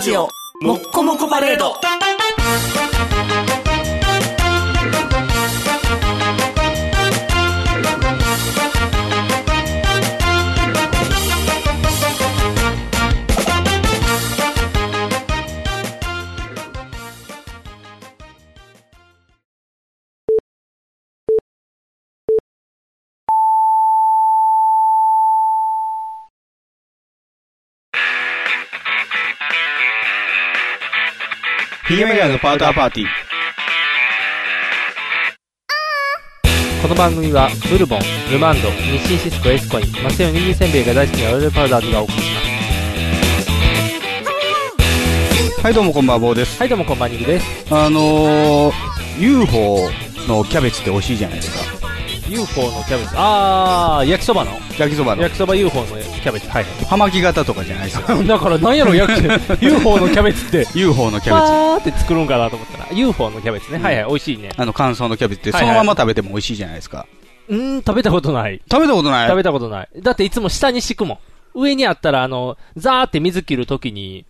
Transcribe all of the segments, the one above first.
ジオもっこもこパレードヒゲメガネのパウダーパーティー。この番組はブルボンルマンド日清シスコエスコインマセオニンニせんべいが大好きなロイルパウダーズがお送りしますはい、どうもこんばんは、坊です。はいどうもこんばんにぐですあのー、UFO のキャベツって美味しいじゃないですか。 UFO のキャベツあー焼きそばの焼きそばの焼。きそば UFO のキャベツはい葉巻型とかじゃないです か。だからなんやろ焼 き UFO のキャベ ツって UFO のキパャベーって作るんかなと思ったら UFO のキャベツね、うんはいはい美味しいねツ。あの、乾燥のキャベツって、はそいはいのまま食べても美味しいじゃないですか。うーん食べたことない食べたことない食べたことないだっていつも下に敷くもん上にあったらあのザーって水切るときに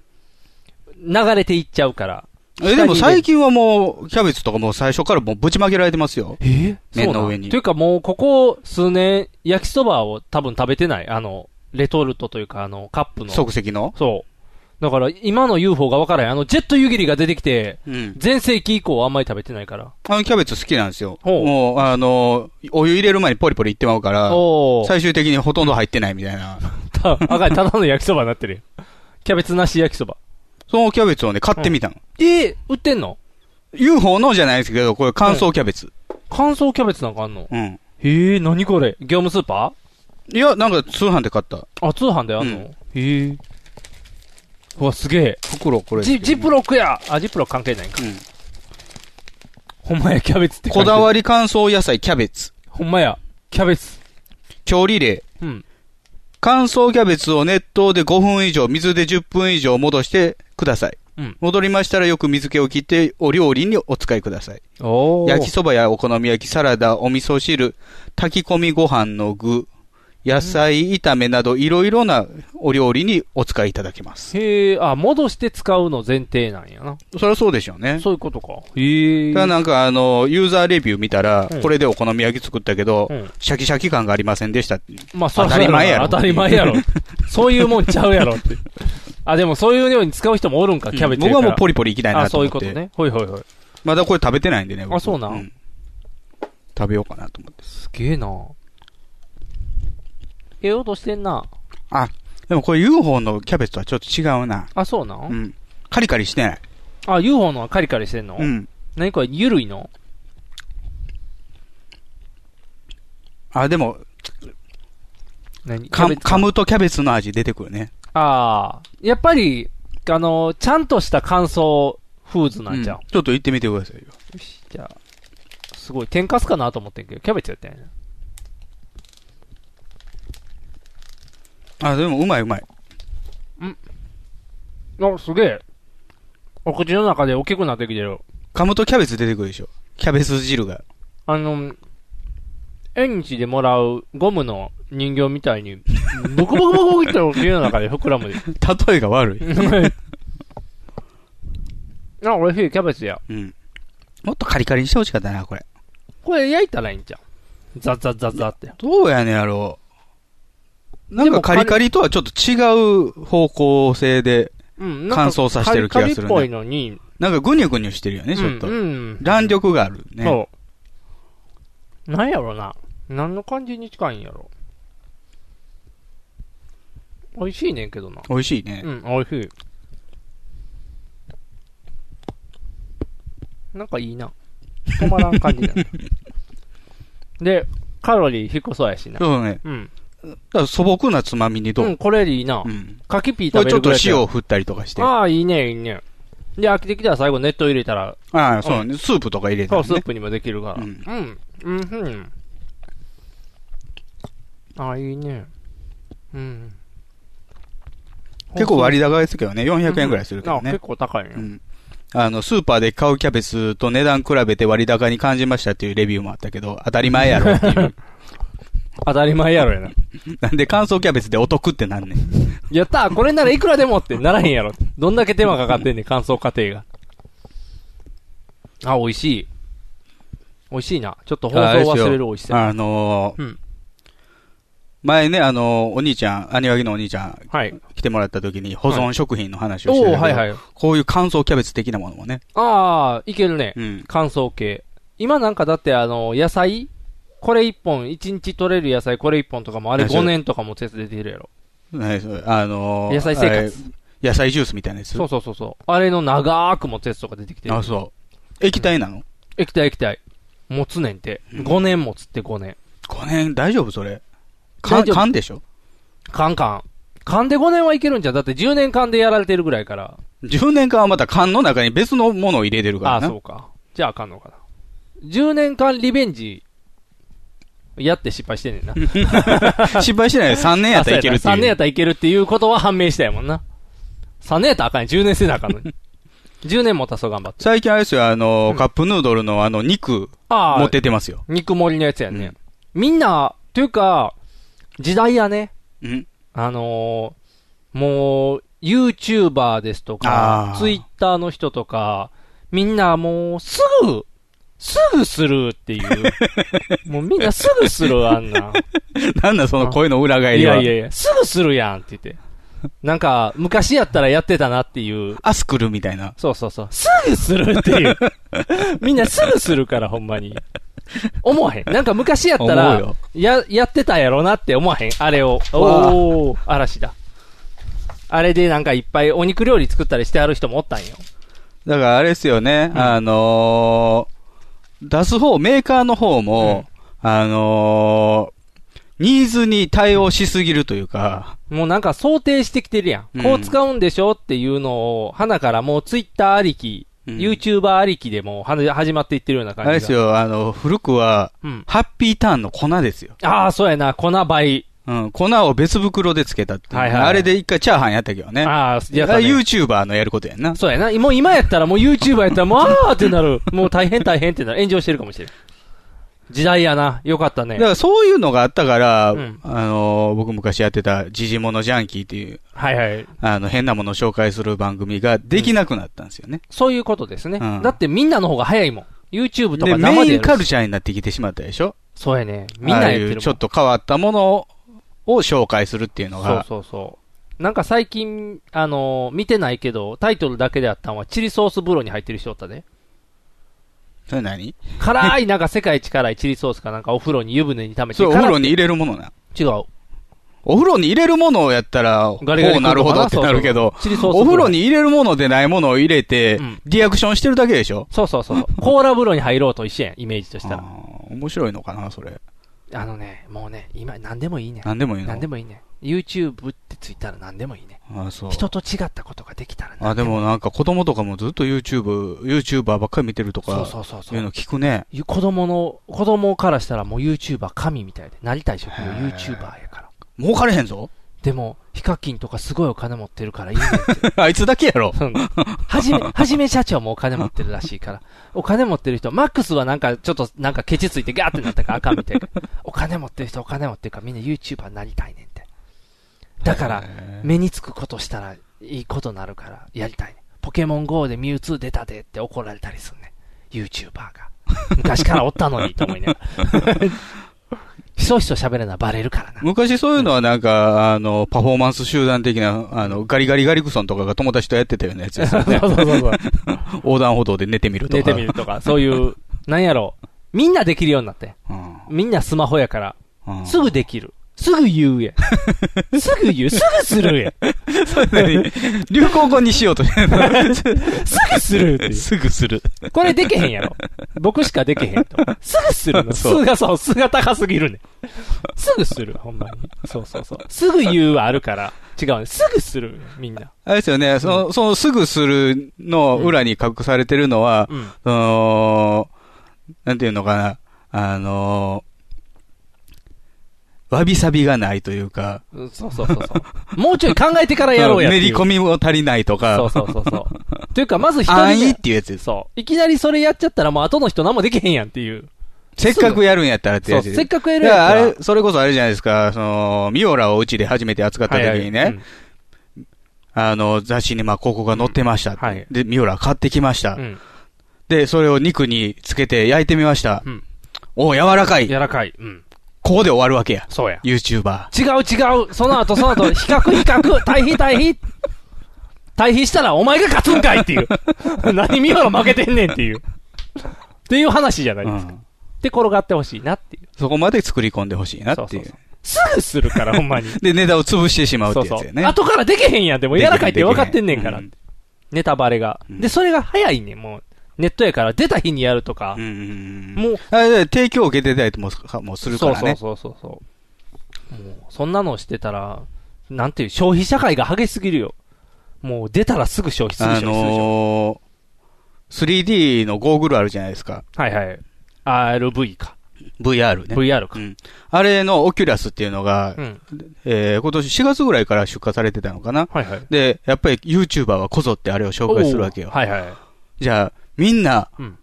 流れていっちゃうからえ、でも下最に入れ近はもう、キャベツとかもう最初からもうぶちまけられてますよ。え麺の上にというかもう、ここ数年、焼きそばを多分食べてない。あの、レトルトというか、あの、カップの。即席の。そう。だから、今の UFO がわからない。あの、ジェット湯切りが出てきて、うん。前世紀以降あんまり食べてないから。あのキャベツ好きなんですよ。ほうもう、あのー、お湯入れる前にポリポリいってまうから、おー。最終的にほとんど入ってないみたいな。た、赤い、ただの焼きそばになってるよ。キャベツなし焼きそば。そのキャベツをね、買ってみたの。えー、売ってんの UFO のじゃないですけど、これ乾燥キャベツ。乾燥キャベツなんかあんのうん。へえ、何これ業務スーパいや、なんか通販で買った。ーあ、通販であんの、うんへえ。うわ、すげえ。袋これ。ジ、ジップロックやあ、ジップロック関係ないんか。うん。ほんまや、キャベツって書いこてるだわり乾燥野菜キャベツ。ほんまや、キャベツ。調理例。うん。乾燥キャベツを熱湯で5分以上、水で10分以上戻してください。うん戻りましたらよく水気を切ってお料理にお使いください。お焼きそばやお好み焼き、サラダ、お味噌汁、炊き込みご飯の具、野菜炒めなどいろいろなお料理にお使いいただけます。へえ、あ、戻して使うの前提なんやな。そりゃそうでしょうね。そういうことか。へえ。ただなんかあの、ユーザーレビュー見たらうん、これでお好み焼き作ったけどう、ん。シャキシャキ感がありませんでしたって。まあ、そら当たり前やろ当たり前やろ。 そういうもんちゃうやろって。あ、でもそういうように使う人もおるんか、キャベツ。僕はもうポリリポリいきたいなあ、とそうい思うって。ことね。ほいほいほい。まだこれ食べてないんでね。僕あそうなん食べようかなと思って。すげえなええ音してんな。あ、でもこれ UFO のキャベツとはちょっと違うな。あ、そうなん、うん。カリカリしてない。あ、UFO のはカリカリしてんの、うん。何これ、ゆるいのあ、でも、何キかャベツ噛むとキャベツの味出てくるね。ああ。やっぱり、あの、ちゃんとした乾燥フーズなんじゃんう。ちょっと行ってみてくださいよ。よし、じゃあ、すごい、天かすかなと思ってんけど、キャベツやったんやな。あ、でもうまいうまい。あ、すげえ。お口の中で大きくなってきてる。噛むとキャベツ出てくるでしょ。キャベツ汁が。あの、縁日でもらうゴムの人形みたいに、ボコボコボコボコってお口の中で膨らむ で。例えが悪い。あ、美味しい、キャベツや。うん。もっとカリカリにしてほしかったな、これ。これ焼いたらいいんじゃん。ザッザッザッザッって。どうやねんやろう。なでんもかカリカリとはちょっと違う方向性で、うん、乾燥させてる気がするねカリカリっぽいのに、なんかグニュグニュしてるよね、ちょっと。うん、うん弾力があるね。そう。なんやろな。何の感じに近いんやろ。美味しいねんけどな。美味しいねう。ん、美味しい。なんかいいな。止まらん感じ だな。で、カロリー低そうやしな。そうね。うん。だから素朴なつまみにどうん、うこれでいいなう。ん。カキピーこれ食べちょるっぐとらい塩を振ったりとかして。あああ、いいね、いいね。で、飽きてきたら最後熱湯入れたら、あ、そうね。スープとか入れてそね。う、スープにもできるから。うんうん。うん、うん。あ、いいね。うん。結構割高ですけどね。400円くらいするけあ、ど結ね。構高いね。うん。あの、スーパーで買うキャベツ と値段比べて割高に感じましたっていうレビューもあったけど、当たり前やろっていう。当たり前やろやな。なんで乾燥キャベツでお得ってなんねん。 やったーこれならいくらでもってならへんやろ。どんだけ手間かかってんねん、乾燥過程が。あ、美味しい。美味しいな。ちょっと放送ああれですよ忘れる美味しさ。あのーうん前ね、あのーお兄ちゃん、兄貴のお兄ちゃんはい。来てもらった時に保存食品の話をしてたけおおどはいはい。こういう乾燥キャベツ的なものもね。ああ、いけるね。うん。乾燥系。今なんかだってあの、野菜これ一本、一日取れる野菜これ一本とかも、あれ大丈夫5年とかもつやつ出てるやろ。ねそれあのー野菜生活。あれ野菜ジュースみたいなやつ。そうそうそうそう。あれの長ーく持つやつとか出てきてるあ、。そう。液体なの、液体液体。持つねんて。うん5年持つって5年。五年大丈夫それ。缶、大丈夫缶でしょ缶缶。缶で5年はいけるんじゃうだって10年缶でやられてるぐらいから。 ?10 年間はまた缶の中に別のものを入れてるかあらあ、な。そうか。じゃああかんのかな。10年間リベンジ、やって失敗してんねんな。 失敗しないで3年やったらいけるっていう。 3年やったらいけるっていうことは判明したやもんな。3年やったらあかんやん。10年せなあかんのに。10年もたそう頑張って。最近あれですよ、あのー、うんカップヌードルのあの、肉、ああ、持っててますよ。肉盛りのやつやね。みんな、というか、時代やね。うん。あのー、もう、YouTuber ですとかあ、ー Twitter の人とか、みんなもう、すぐ、すぐするって いう。もうみんなすぐする、あんな。なんだその声の裏返いりは。やいやいや、すぐするやんって言って。なんか、昔やったらやってたなっていう。アスクルみたいな。そうそうそう。すぐするって いう。みんなすぐするから、ほんまに。思わへん。なんか昔やった思うらよ、や、やってたやろなって思わへん。あれを。わあおー、嵐だ。あれでなんかいっぱいお肉料理作ったりしてある人もおったんよ。だからあれですよね、うんあのー出す方、メーカーの方も、あのーニーズに対応しすぎるというか、もうなんか想定してきてるや。うんんこう使うんでしょっていうのを、花からもうツイッターありき、うん YouTuber ありきでもうはな始まっていってるような感あじが。れですよ、あの、古くは、うん。ハッピーターンの粉ですよ。ああ、そうやな。粉倍。うん、粉を別袋でつけたっていう、はいはいはいあれで一回チャーハンやったけどね。ああ、やっあた、れね。 YouTuber のやることやんな。そうやな。もう今やったら、もう YouTuber やったら、もう、あーってなる。もう大変大変ってなる。炎上してるかもしれん。時代やな。よかったねだか。らそういうのがあったから、うんあのー僕昔やってた、時事ものジャンキーっていう、はいはい。あの、変なものを紹介する番組ができなくなったんですよね。そういうことですね。うんだってみんなの方が早いもん。YouTube とで、かメ生でイやンカルるし。チャーになってきてしまったでしょそうやね。みんなやってああるいもん。うちょっと変わったものを紹介するっていうのそうが、そうそう。なんか最近、あのー見てないけど、タイトルだけであったのは、チリソース風呂に入ってる人おったね。それ何辛い、なんか世界一辛いチリソースかなんかお風呂に湯船に溜めて。それお風呂にに入れるものな。違う。お風呂に入れるものをやったら、おガリガリうなるほどってなるけど、チリソースお風呂に入れるものでないものを入れてうん、リアクションしてるだけでしょそうそ うそう。コーラ風呂に入ろうと一緒やん、イメージとしあたら。ー面白いのかな、それ。あのね、もうね、今、何でもいいね。何でもいいの何でもいいね。YouTube ってついたら何でもいいね。あーそう。人と違ったことができたらあ、何でもなんか子供とかもずっと YouTube、YouTuber ばっかり見てるとそうか、そうそうそいうのう。聞くね。ゆ子供の、子供からしたらもう YouTuber 神みたいで、なりたい職業へー YouTuber やから。儲かれへんぞ でも、ヒカキンとかすごいお金持ってるからいいね。あいつだけやろ。うんはじめ、はじめ社長もお金持ってるらしいから。お金持ってる人、マックスはなんかちょっとなんかケチついてガーってなったからあかんみたい な。お金持ってる人お金持ってるからみんな YouTuber になりたいねんって。だから、へー目につくことしたらいいことになるからやりたいね。ポケモン GO でミュウツー出たでって怒られたりすんね。YouTuber が。昔からおったのにと思いながら。ひそひそ喋るのはバレるからな。 昔そういうのはなんか、あの、パフォーマンス集団的な、あの、ガリガリガリクソンとかが友達とやってたようなやつですよ ね。そうそうそう。横断歩道で寝てみるとか。出てみるとか、そういう、なんやろ。みんなできるようになって。うん。みんなスマホやから、うん。すぐ できる。すぐ言うや。 すぐ言う。すぐするや。何 流行語にしようとしてる すぐするっていすぐする。う。これでけへんやろ。僕しかでけへんと。すぐするの。そうすがそう、すが高すぎるね。すぐする、ほんまに。そうそうそう。すぐ言うはあるから、違うね。すぐする、みんな。あれですよね、その、そのすぐするの裏に隠されてるのは、うん。その、なんていうのかな、あのわびさびがないというか、そうそうそうそう。もうちょい考えてからやろうやって練いりう。込みも足りないとか、そうそうそうそう。というか、まず一人安易でっ、ていうやつです。そう。いきなりそれやっちゃったらもう後の人何もできへんやんっていう。せっかくやるんやったらってそうやつせっかくやだるかやつらあはれ、それこそあれじゃないですか、その、ミオラをうちで初めて扱った時にね、はいはいあの、雑誌にまあ広告が載ってました。うんはいで、ミオラ買ってきました、うんうんで、それを肉につけて焼いてみました。うんおお、柔らかい。柔こらかい。うん。こで終わるわけや。そうや。 YouTuber。違う違う。その後その後、比較比較、 対比対比。対比したらお前が勝つんかいっていう。 何見よろ負けてんねんっていう。っていう話じゃないですか。うんで、転がってほしいなっていう。そこまで作り込んでほしいなっていう。そうそうそうすぐする から、ほんまに。で、ネタを潰してしまうってそやつうそやう。ね。後からできへんやん、でも柔らかいって分かってんねんから。うんネタバレが。うんで、それが早いねんもう。ネットやから出た日にやるとかう。ん。もう、あれだから提供を受けてたりもすもうするからね。そうそうそうそうそう。もう、そんなのをしてたら、なんていう、消費社会が激しすぎるよ。もう出たらすぐ消費するあ消費する消のー、3D のゴーグルあるじゃないですか。費はいはい。RV か。 VR ね。 VR か。うん。あれのオキュラスっていうのが、うん。えー今年4月ぐらいから出荷されてたのかな。はいはい。で、やっぱり YouTuber はこぞってあれを紹介するわけよ。はいはい。じゃあ、みんなうん、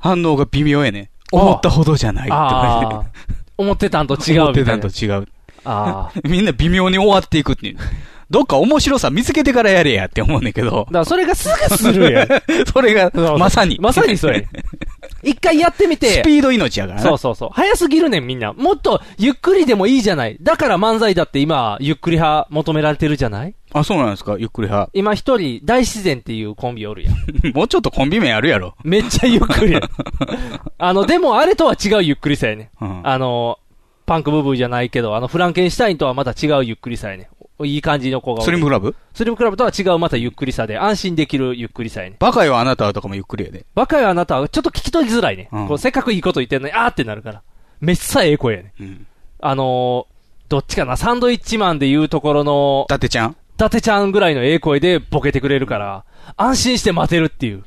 反応が微妙やね。思ったほどじゃないってあ あ。思ってたんと違う思っみてたたいんなと。違う。ああ。みんな微妙に終わっていくっていう。どっか面白さ見つけてからやれやって思うねんけ どだか、らそれがすぐするやん。それがそ うまさに。まさにそれ。一回やってみスて。ピード命やからそうね。そうそう。早すぎるねん、みんな。もっとゆっくりでもいいじゃない。だから漫才だって今、ゆっくり派求められてるじゃないあ、そうなんですかゆっくり 派。今一人、大自然っていうコンビおるやん。もうちょっとコンビ名あるやろ。 めっちゃゆっくりやん。 あの、でもあれとは違うゆっくりさやね。うんあの、パンクブーブーじゃないけど、あの、フランケンシュタインとはまた違うゆっくりさやね。おいい感じの子がおるスリムクラブスリムクラブとは違うまたゆっくりさで、安心できるゆっくりさやね。バカよあなたはとかもゆっくりやで。若いあなたはちょっと聞き取りづらいね。うんこうせっかくいいこと言ってんのに、あーってなるから。めっちゃええ声やね。うん。あのーどっちかな、サンドイッチマンで言うところの伊、達ちゃん伊達ちゃんぐらいのええ声でボケてくれるから、安心して待てるっていう。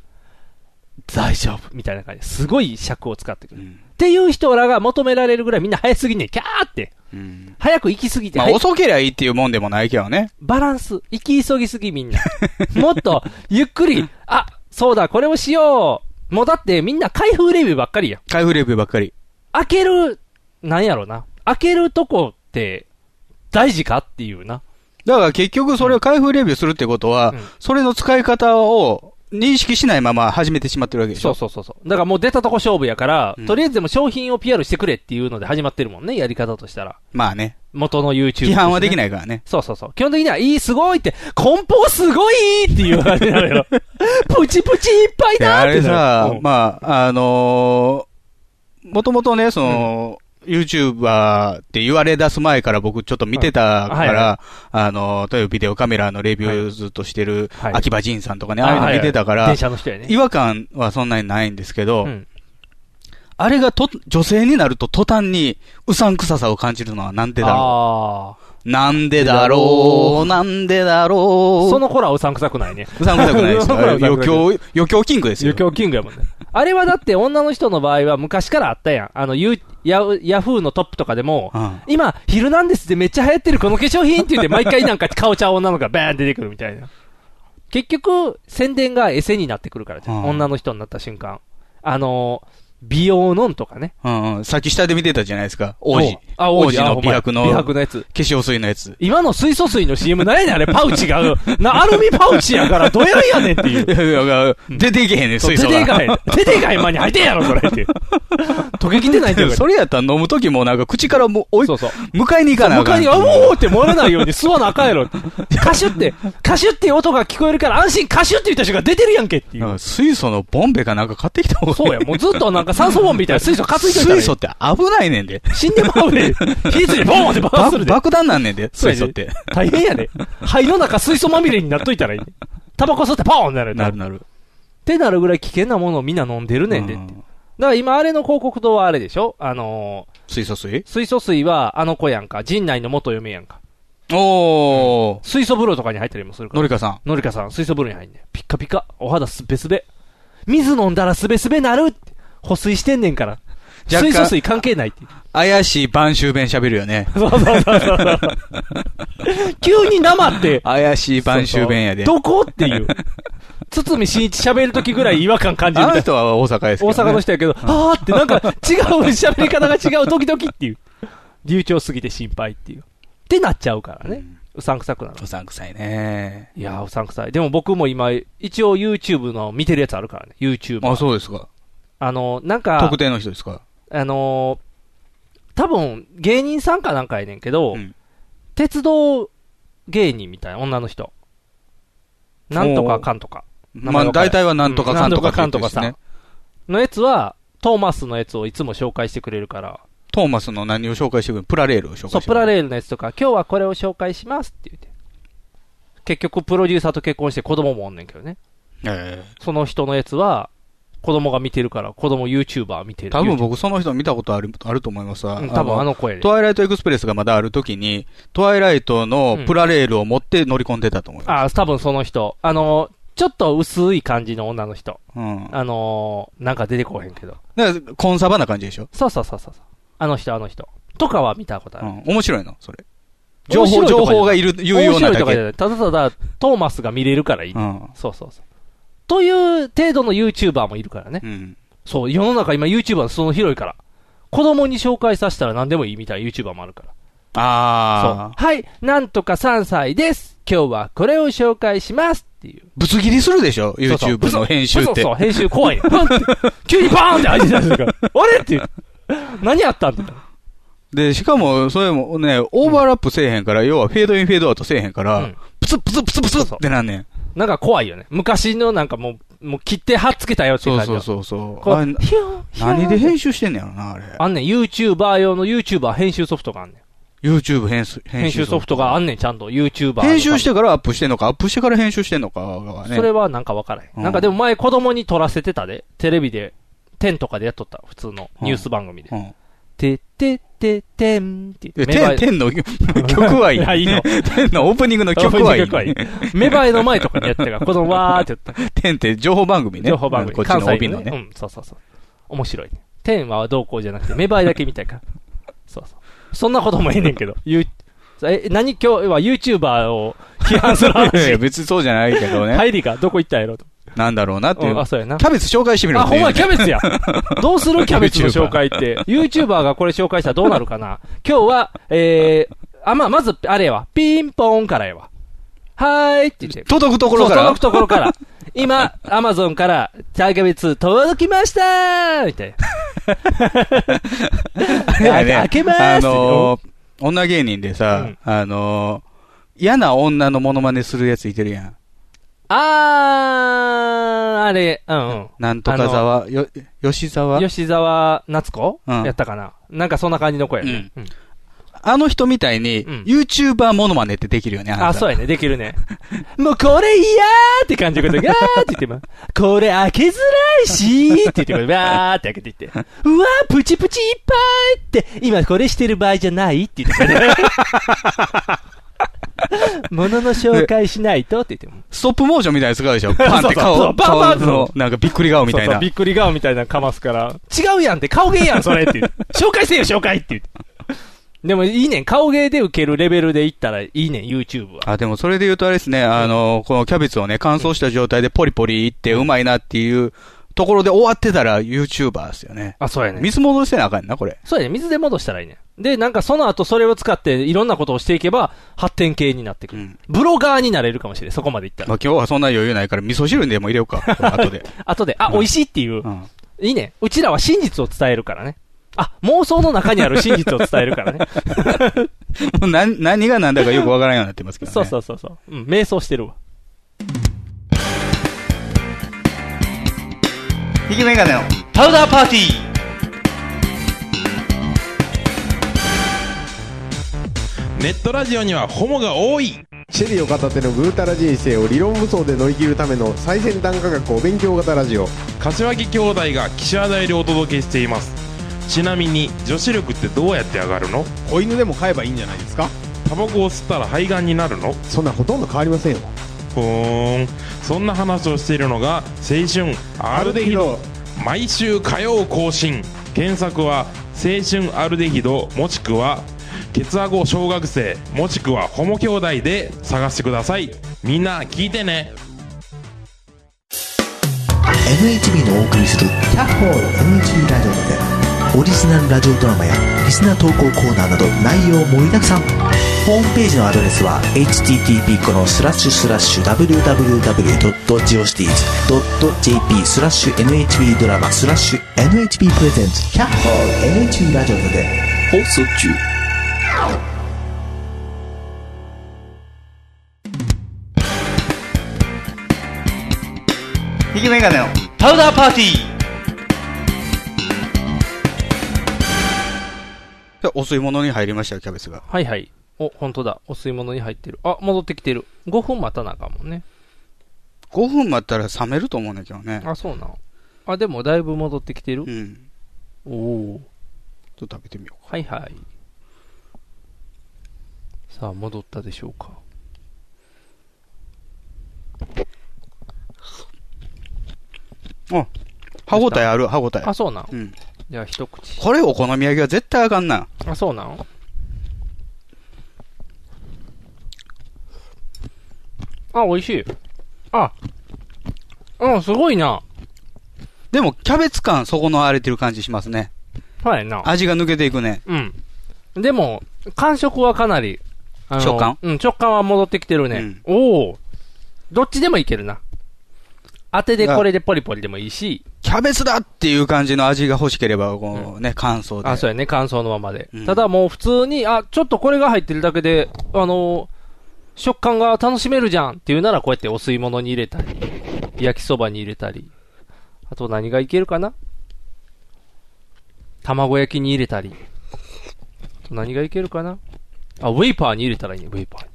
大丈夫みたいな感じですごい尺を使ってくる。っていう人らが求められるぐらいみんな早すぎんねんキャーって。うん。早く行きすぎて、まあ、はい遅けりゃいいっていうもんでもないけどね。バランス。行き急ぎすぎみんな。 もっと、ゆっくり、あ、そうだ、これをしよう。もうだってみんな開封レビューばっかりやん。開封レビューばっかり。開ける、なんやろな。開けるとこって、大事かっていうな。だから結局それを開封レビューするってことは、うんそれの使い方を認識しないまま始めてしまってるわけでしそょうそうそうそう。だからもう出たとこ勝負やから、うんとりあえずでも商品を PR してくれっていうので始まってるもんね、やり方としたら。まあね。元の YouTube、批判はできい。ないからね。そうそうそう。基本的には、いい、すごいって、梱包すごいっていう話なの よ。プチプチいっぱいいやだあーってれなる。さ、まあ、あのー、もともとね、その、YouTuber って言われ出す前から僕ちょっと見てたかはいはいはら、あのー、例えばビデオカメラのレビューずっとしてるはい秋葉仁さんとかうね、んああいうの見てたかはいら電、車の人やね。違和感はそんなにないんですけどう、んあれがと、女性になると途端にうさんくささを感じるのはなんでだろあう。なんでだろう、なんでだあ。ろう。その頃はうさんくさくないね。うさんくさくないです そかの頃はうさん余くさくない興、余興キングですよ。余興キングやもんね。あれはだって女の人の場合は昔からあったやん。あの、ユーヤフヤフーのトップとかでも、うん今、ヒルナンデスでめっちゃ流行ってるこの化粧品って言って、毎回なんか顔ちゃう女の子がバーン出てくるみたいな。結局、宣伝がエセになってくるからじゃん、うん女の人になった瞬間。あのー、美容のんとかね。うんうん。さっき下で見てたじゃないですか。王子。あ、王王子子あのほん美まや白の美化白のやつ。粧水のやつ。今の水素水の CM 何やねんあれ、パウチが。な、アルミパウチやから、どやんやねんっていうい。やいや、出ていけへんねん、そう水素出ていが。かへん。出ていかへん間に入ってんやろ、それ っていう。溶けきってないっていうか。それやったら飲むときもなんか口からもう、おいそう、そう。迎えに行かなあ他かん。に、あ、おーって漏れないように吸わなあかんやろ。カシュって、カシュって音が聞こえるから安心、カシュって言った人が出てるやんけっていなんう。か水素のボンベかなんか買ってきた方がいい。そうや、もうずっとなんか酸素ボンベみたいな水素担いといたら いい水素って危ないねんで。死んでまうで。火ついてボーンって爆ば発するで。爆弾なんねんで、そうや水で素って。大変やで。肺の中水素まみれになっといたらいい。タバコ吸ってポーンってなる。なるっなる。てなるぐらい危険なものをみんな飲んでるねんでっうて。だんから今あれの広告とはあれでしょあのー、水素水水素水はあの子やんか、陣内の元嫁やんか。おー。水素風呂とかに入ったりもするかのら。りかさん。のりかさん、水素風呂に入んねんピッカピカ、お肌すべすべ。水飲んだらすべすべなるって保水してんねんから。若干水素水関係ないって。怪しい晩秋弁喋るよね。そうそうそ うそう。急に生って。怪しい晩秋弁やで。 どこっていう。堤真一喋るときぐらい違和感感じるあみたのいな。人は大阪ですけ大ど、ね。阪の人やけ ど、あーってなんか違う喋り方が違う、ドキドキっていう。流暢すぎて心配っていう。ってなっちゃうからね。うさんくさくなる。うさんくさいね。いやー、うさんくさい。でも僕も今、一応 YouTube の見てるやつあるからね。YouTube。あ、そうですか。あの、なんか特、定の人ですか。あのー、多分、芸人さんかなんかやねんけど、うん鉄道芸人みたいな女の人。なんとかかんとか。名ま前あ、わかる大体はなんとかかんとかって言ってるしうんなんねと。のやつは、トーマスのやつをいつも紹介してくれるから、トーマスの何を紹介してくれるプラレールを紹介してくれそるう、プラレールのやつとか、今日はこれを紹介しますって言って。結局、プロデューサーと結婚して子供もおんねんけどね。えその人のやつは、子供が見てるから、子供 YouTuber 見てえる。多分僕その人見たことある、あると思いますわ。うん多分あの声でト。ワイライトエクスプレスがまだある時に、トワイライトのプラレールを持って乗り込んでたと思います。あ、多分その人。あの、ちょっと薄い感じの女の人。うん。だかあのー、なんか出てこへんけど。らコンサバな感じでしょ。そうそうそうそう。あの人、あの人。とかは見たことあうる。ん。面白いの、それ。情報、面白情いとかじゃ報ながいいる、言うような面白いだとかけ。じゃないただただ、トーマスが見れるからいい。うん。そうそうそう。という程度の YouTuber もいるからね。うん。そう、世の中今 YouTuber のその広いから。子供に紹介させたら何でもいいみたいな YouTuber もあるから。そうああ。はい、なんとか3歳です。今日はこれを紹介しますっていう。ぶつ切りするでしょそうそう ?YouTube の編集そうってそう、。編集 怖いね。パンって急にバーンって開いてたりするから。あれっていう。何やったんだで、しかも、それもね、オーバーラップせえへんから、要はフェードインフェードアウトせえへんかうらん、プツップツップツップツッってなんねん。なんか怖いよね。昔のなんかもう、もう切って貼っつけたよっていうそう感じその。うそうそう。こあうれヒューンヒューン何で編集してんねやろな、あれ。あんねん、YouTuber 用の YouTuber 編集ソフトがあんねん。 YouTube 編集編集ソフトがあんねん、ちゃんと YouTuber の。編集してからアップしてんのか、アップしてから編集してんのかがね。それはなんかわからへん。うんなんかでも前子供に撮らせてたで。テレビで、10とかでやっとった。普通のニュース番組でう。ん。てってっててんってえ、芽天、生え天の 曲はいい。いやいいの天のオープニングの曲はいオープニンいグ。芽生えの前とかにやってたから、子供わーって言っ天って情報番組た。ね。情報番組。こっちの帯の関西 ね。うん、そうそうそう。面白いね。天はどうこうじゃなくて、芽生えだけみたいから。そうそう。そんなこともええねんけど。ゆうえ、何今日は YouTuber を批判するいやいや話。別にそうじゃないけどね。入りがどこ行ったんやろと。なんだろうなっていううん。あ、そうやなキ。ャベツ紹介してみろあ、ってほいんうまねキャベツや。 どうするキャベツの紹介って。YouTuber がこれ紹介したらどうなるかな。今日は、えー、あ、まあ、まず、あれやわ。ピンポーンからやわ。はーいって言って。届くところかそうら届く。とこ ろから。今、アマゾンから、ターゲベツ届きましたーみたいあれやね 開けますあのー、女芸人でうさん、あのー、嫌な女のモノマネするやついてるやん。な。あー、あれ、うんうん。なんとか沢、よ、吉沢吉沢夏子、うんやったかななんかそんな感じの子やね。うんあの人みたいに、うん YouTuber モノマネってできるよね、あ、そうや。やね。できるね。 もうこれ嫌ーって感じのこと、ガーって言ってます。これ開けづらいしーって言ってこう、わーって開けていって。うわー、プチプチいっぱいって、今これしてる場合じゃないって言ってこう ね。ものの紹介しないとって言っても。ストップモーションみたいに使うでしょ。パンって そうそうそ顔、うバンバ顔ンの、なんかびっくり顔みたいそうそなうび。っくり顔みたいなのかますから。違うやんって、顔芸やん、それって 言って。紹介せよ、紹介って言って。でもいいねん、顔芸で受けるレベルでいったらいいねん、YouTube は。あ、でもそれで言うとあれですね、あの、このキャベツをね、乾燥した状態でポリポリいってうまいなっていうところで終わってたら YouTuber ですよね。あ、そうやね水戻してなあかんな、これ。そうやね。水で戻したらいいね。で、なんかその後それを使っていろんなことをしていけば発展系になってくる。うんブロガーになれるかもしれない。そこまでいったら。まあ、今日はそんな余裕ないから味噌汁にでも入れようか、これ後 で。後で、あ、美味しいっていうう。ん。いいね。うちらは真実を伝えるからね。あ、妄想の中にある真実を伝えるか らね。もう何、何が何だかよくわからんようになってますけどね。そうそうそうそう。うん、瞑想してるわ。引き眼鏡の。パウダーパーティーネットラジオにはホモが多いシェリーを片手のぐうたら人生を理論武装で乗り切るための最先端科学お勉強型ラジオ柏木兄弟が岸和田よりお届けしていますちなみに女子力ってどうやって上がるの子犬でも飼えばいいんじゃないですかタバコを吸ったら肺がんになるのそんなほとんど変わりませんよふーんそんな話をしているのが青春アルデヒド毎週火曜更新検索は青春アルデヒドもしくはケツアゴ小学生もしくはホモ兄弟で探してくださいみんな聞いてね NHB のお送りする「キャッホール NHB ラジオ」でオリジナルラジオドラマやリスナー投稿コーナーなど内容盛りだくさんホームページのアドレスは http このスラッシュスラッシュ www.geocities.jp スラッシュ NHB ドラマスラッシュ NHB プレゼンツキャッホール NHB ラジオで放送中引きメガネのパウダーパーティーでお吸い物に入りましたよ、キャベツが。はいはい。お、本当だ。お吸い物に入ってる。あ、戻ってきてる。5分待たなあかんもんね。 5分待ったら冷めると思うんだけどね。あ、そうなん。あ、でもだいぶ戻ってきてるう。ん。おおー。ちょっと食べてみよはいはい。さあ、戻ったでしょうか。う。歯応えある、歯応え。あ、そうなん。うん。じゃあ一口。これお好み焼きは絶対あかんな。あ、そうなんあ、美味しい。あ、うん、すごいな。でも、キャベツ感損なわれてる感じしますね。そうやな。味が抜けていくね。うん。でも、感触はかなり、あの食感うん、直感は戻ってきてるね。おおどっちでもいけるな。当てでこれでポリポリでもいいし、キャベツだっていう感じの味が欲しければ、こうね、感想で。あ、そうやね、乾燥のままで。うんただもう普通に、あ、ちょっとこれが入ってるだけで、あのー食感が楽しめるじゃんっていうなら、こうやってお吸い物に入れたり、焼きそばに入れたり、あと何がいけるかな卵焼きに入れたり、あと何がいけるかなあ、ウェイパーに入れたらいいね、ウェイパーに。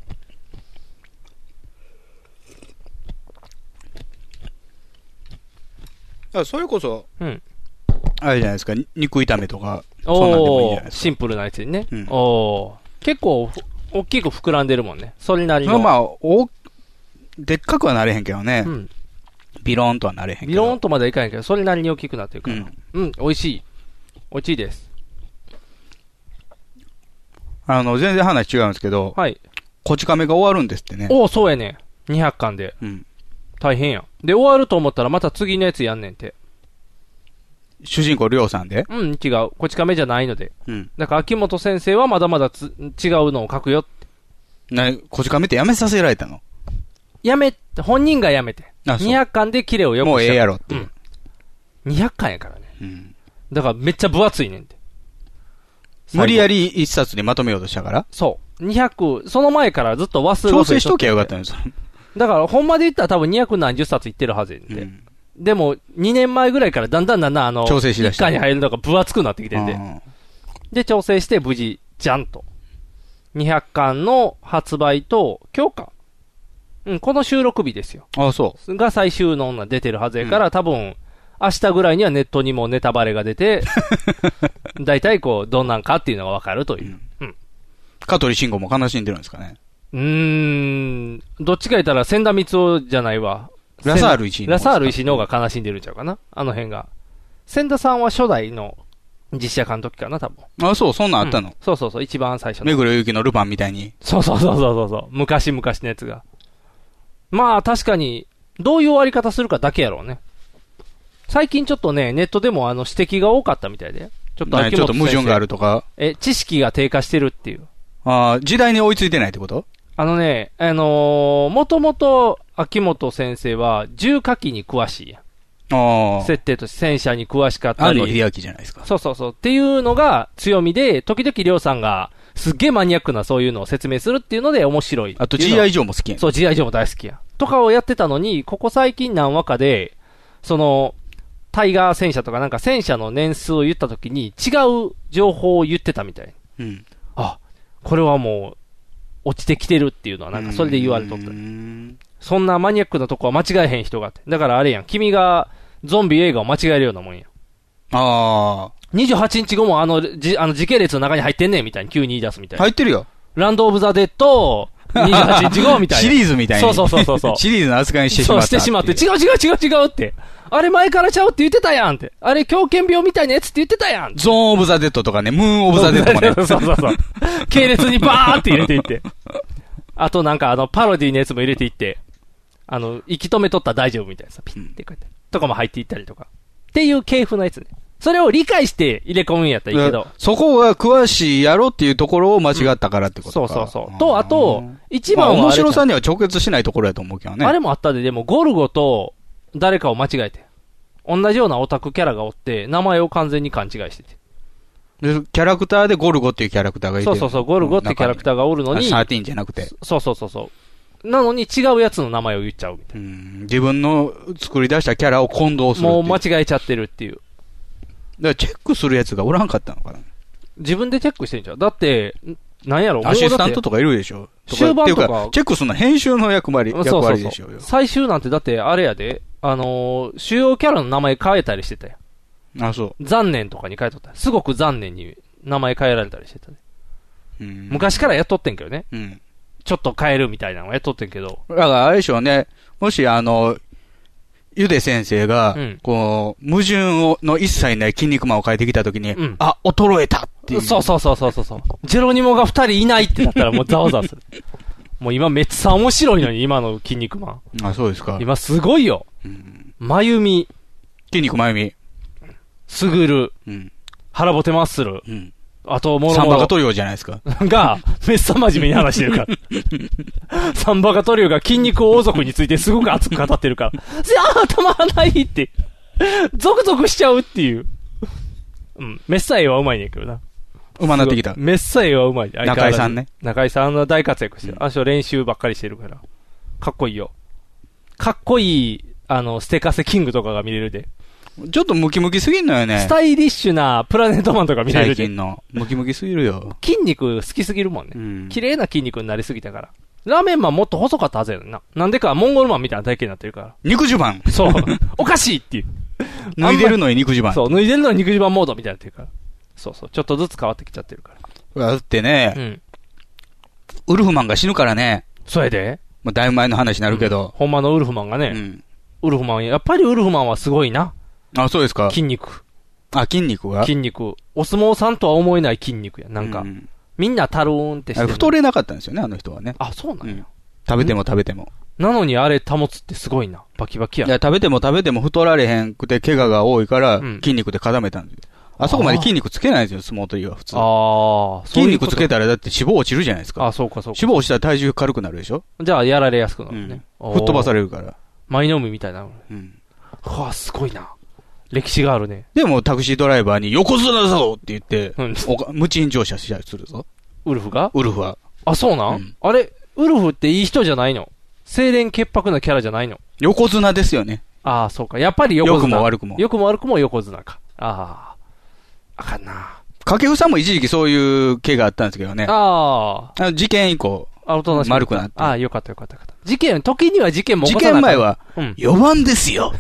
だからそれこそ、うんあれじゃないですか、に肉炒めとか、そんなんでもいいんおじゃなおいですかシンプルなやつにね。うんおお結構、ふ大きく膨らんでるもんね。それなりまあの。まあ、おでっかくはなれへんけどね、うん。ビローンとはなれへんけど。ビローンとまではいかないけど、それなりに大きくなってるから。うんうん、美味しい。美味しいです。あの、全然話違うんですけど、はい。こち亀が終わるんですってね。おお、そうやね。200巻で。うん大変や。で、終わると思ったらまた次のやつやんねんて。主人公、りょうさんで。うん、違う。こち亀じゃないので。うん。だから、秋元先生はまだまだつ違うのを書くよ。な、こち亀ってやめさせられたの。やめて、本人がやめて。あそう200巻でキレをよくもうしえたえやろって。うん。200巻やからね。うんだからめっちゃ分厚いねんて。無理やり一冊にまとめようとしたから、そう。200、その前からずっと忘れ調整しときゃよかったんですよ。だから、ほんまで言ったら多分200何十冊いってるはずやんうで。んでも、2年前ぐらいからだんだんだんだんあの、調整しだした一巻に入るのが分厚くなってきてんで。あで、調整して無事、じゃんと。200巻の発売と、今日か。うん、この収録日ですよ。ーあ、そが最終の女出てるはずやから、多分、明日ぐらいにはネットにもネタバレが 出て、大体こう、どんなんかっていうのがわかるという。う。香取慎吾も悲しんでるんですかね。うーん、どっちか言ったら、千田光夫じゃないわ。ラサール石井の方ラサール石井の方が悲しんでるんちゃうかな。あの辺が。千田さんは初代の実写監督かな、多分。あ、そう、そんなんあったうんの。そうそうそう、一番最初の目。黒ゆきのルパンみたいに。そうそうそうそうそうそう。昔々のやつが。まあ確かに、どういう終わり方するかだけやろうね。最近ちょっとね、ネットでもあの指摘が多かったみたいで。ちょっとね秋元先生ちょっと矛盾がある。とか、え、知識が低下してるっていう。あー時代に追いついてないってことあのね、あのー、もともと秋元先生は重火器に詳しいやんああ。設定として戦車に詳しかった安り。野秀明じゃないですか。そうそうそう。っていうのが強みで、時々りょうさんがすっげえマニアックなそういうのを説明するっていうので面白いっていうのが。あと GI 上も好きやん。そう、G.I. ジョーも大好きや。とかをやってたのに、ここ最近何話かで、その、タイガー戦車とかなんか戦車の年数を言った時に違う情報を言ってたみたい。うん。あ、これはもう、落ちてきてるっていうのはなんかそれで言われとっうたー。んそんなマニアックなとこは間違えへん人がって。だからあれやん、君がゾンビ映画を間違えるようなもんや。あ28日後もあの、じあの時系列の中に入ってんねんみたいに急に言い出すみたあ。いな。入ってるよ。ランド・オブ・ザ・デッ ド、28日後みたいシな。リーズみたいに。そうそうそうそうシリーズの扱いにしてしそまっうた。してしまって、。違う違う違う違うって。あれ前からちゃうって言ってたやんって。あれ狂犬病みたいなやつって言ってたやん。。ゾーンオブザ・デッドとかね、ムーンオブザ・デッドもね そうそうそう。系列にバーって入れていって。あとなんかあの、パロディのやつも入れていって、あの、息止めとったら大丈夫みたいなさ、ピッてこうやって。とかも入っていったりとか。っていう系譜のやつね。それを理解して入れ込むんやったらいいけど。そこが詳しいやろっていうところを間違ったからってことそか。うそうそう。と、あと、一一番番は面あれ,、白さには直結しないところやと思うけどね。あれもあったで、でも、ゴルゴと誰かを間違えて。同じようなオタクキャラがおって、名前を完全に勘違いしてて。でキャラクターでゴルゴっていうキャラクターがいて。そうそうそう、ゴルゴってキャラクターがおるーのに、 13じゃなくて。そうそうそうそう。なのに違うやつの名前を言っちゃうみたいうん自分の作り出したキャラを混同するっていな。うもう間違えちゃってるっていう。だからチェックするやつがおらんかったのかな。自分でチェックしてんじゃん。だって、んなんやろ、もうだアってシスタントとかいるでしょ。終盤とかっていうチェックするのは編集の役割、そう役そう割そでうしょうよ。最終なんてだってあれやで、あのー主要キャラの名前変えたりしてたよ。あ、そ残念とかに変えとった。すごく残念に名前変えられたりしてたね。う。うん昔からやっとってんけどね。うん。ちょっと変えるみたいなのをやっとってんけど。だからあれでしょうね。もしあの、ゆで先生が、うんこう、矛盾をの一切ない筋肉マンを変えてきたときに、うんあ、衰えたっていう。そうそうそうそうそうそう。ジェロニモが二人いないってなったらもうざわざわ する。もう今めっちゃ面白いのに、今の筋肉マあ、そうですかン。。今すごいよ。うんまゆみ、筋肉まゆみ。すぐる、うん。腹ぼてマッスル、うん。あともろサンもバカろトリオじゃないですか。が、めっさ真面目に話してる から。サンバカトリオが筋肉王族についてすごく熱く語ってるから。じゃあ、たまらないって。ゾクゾクしちゃうっていう。うん。メッサイはうまいねんけどな。馬なってきた。メッサイはうまい。相変わ中ら井ずさんね。中井さんは大活躍してる。うんあの人練習ばっかりしてるから。かっこいいよ。かっこいい、あの、ステカセキングとかが見れるで。ちょっとムキムキすぎんのよね。スタイリッシュなプラネットマンとか見れる最で近。の。ムキムキすぎるよ。筋肉好きすぎるもんね。うん綺麗な筋肉になりすぎたから。ラーメンマンもっと細かったはずやのにな。なんでかモンゴルマンみたいな体型になってるか肉襦袢ら。そう。 おかしいっていう。脱いでるのに肉襦袢そう、脱いでるのは肉襦袢モードみたいになってるから。そうそう。ちょっとずつ変わってきちゃってるかだってら。うね、ん。ウルフマンが死ぬからね。それでまあ、だいぶ前の話になるけど。ほんまのウルフマンがうね、ん。ウルフマン、やっぱりウルフマンはすごいな。あ、そうですか。筋肉。あ、筋肉が筋肉。お相撲さんとは思えない筋肉や。なんか、うみんなタルーンってしてある。れ太れなかったんですよね、あの人はね。あ、そうなんや。うん食べても食べても。なのにあれ保つってすごいな。バキバキやい。や、食べても食べても太られへんくて、怪我が多いからうん、筋肉で固めたんですよ。あそこまで筋肉つけないんですよ、相撲というは普通。ああ、そう筋いうこ肉つとけたらだって脂肪落ちるじゃないですあ、か。そうかそうか。脂肪落ちたら体重軽くなるでしょじゃあ、やられやすくなるうんね。おー吹っ飛ばされるから。舞の海みたいな。ううんわあ、すごいな。歴史があるね。でもタクシードライバーに横綱だぞって言ってうん、おか無賃乗車したりするぞ。ウルフがウルフは。あ、そうなん、うんあれ、ウルフっていい人じゃないの清廉潔白なキャラじゃないの横綱ですよね。ああ、そうか。やっぱり良横綱。くも悪くも。良くも悪くも横綱か。ああ。あかんな。掛布さんも一時期そういう毛があったんですけどね。ああの事件以降、あ。あ、おとなし丸くなってああ、よかったよかったよかった。事件、時には事件も起事こさな件あか前ん。は、うん。 4番ですよ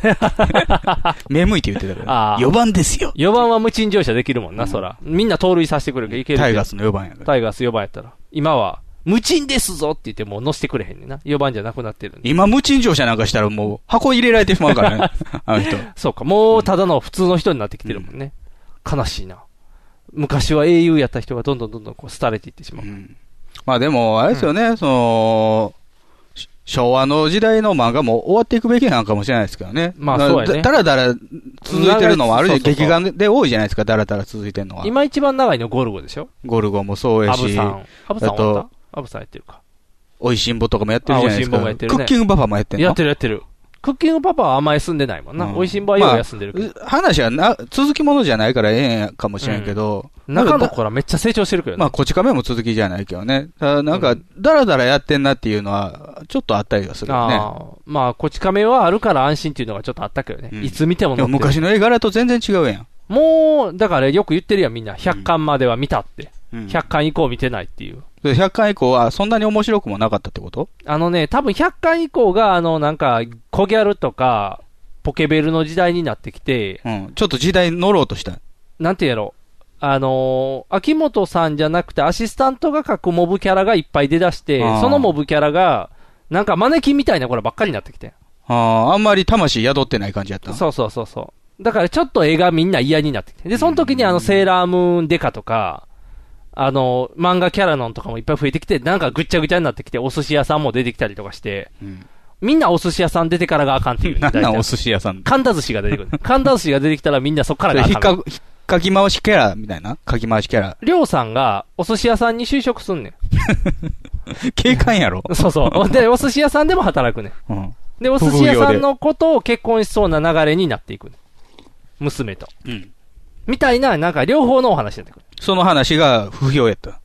目向いて言ってたからあ。ー4番ですよ4番は無賃乗車できるもんな、うんそら。みんな盗塁させてくれるけどいけるけどタイガースの4番やから。タイガース4番やったら。今は、無賃ですぞって言ってもう乗せてくれへんねんな。4番じゃなくなってるんで。今、無賃乗車なんかしたらもう箱入れられてしまうからね。あの人。そうか、もうただの普通の人になってきてるもんね。悲しいな。昔は英雄やった人がどんどんどんどんこう、廃れていってしまうう。んまあでも、あれですよね、その、し昭和の時代の漫画も終わっていくべきなんかもしれないですけどね。まあそうやねだだらだら続いてるのもあるそうし、そうそう劇画で多いじゃないですか、だらだら続いてるのは。今一番長いのゴルゴでしょゴルゴもそうやアブしさ、ん。アブさんあ終とわったアブさんやってるか。おいしんぼとかもやってるじゃないですあか。美味しんぼもやってるねクッキングパパもやってるやってるやってる。クッキングパパはあんま休んでないもんな。うん美味しんぼはよう休んでるけど。話はな、続きものじゃないからええんやかもしれんけど、なんか中の子らめっちゃ成長してるけどまねあ、。こち亀も続きじゃないけどね。ただなんか、だらだらやってんなっていうのは、ちょっとあったりはするよね。あーまあ、こち亀はあるから安心っていうのがちょっとあったけどね。うんいつ見てもで乗もってる昔の絵柄と全然違うやん。もう、だからよく言ってるやん、みんな。100巻までは見たって。うん100巻以降見てないっていう。で100巻以降はそんなに面白くもなかったってことあのね、多分100巻以降が、あの、なんか、小ギャルとか、ポケベルの時代になってきて、うん。ちょっと時代に乗ろうとした。なんて言うやろ。あのー秋元さんじゃなくて、アシスタントが書くモブキャラがいっぱい出だしてあー、そのモブキャラが、なんかマネキンみたいなこればっかりになってきて。ああ、あんまり魂宿ってない感じやったのそうそうそうそう。だからちょっと絵がみんな嫌になってきて。で、その時にあの、セーラームーンデカとか、あの、漫画キャラノンとかもいっぱい増えてきて、なんかぐっちゃぐちゃになってきて、お寿司屋さんも出てきたりとかして、うんみんなお寿司屋さん出てからがあかんっていう。なん大なん体お寿司屋さん。神田寿司が出てく る。神田寿司が出てきたらみんなそっからがそれひあっかかん。、ひっかき回しキャラみたいなかき回しキャラ。りょうさんがお寿司屋さんに就職すんね 警官やろ。ん。そうそう。で、お寿司屋さんでも働くねん。うん。で、お寿司屋さんのことを結婚しそうな流れになっていくねん。娘と。うん。みたいな、なんか両方のお話になってくる。その話が不評やった。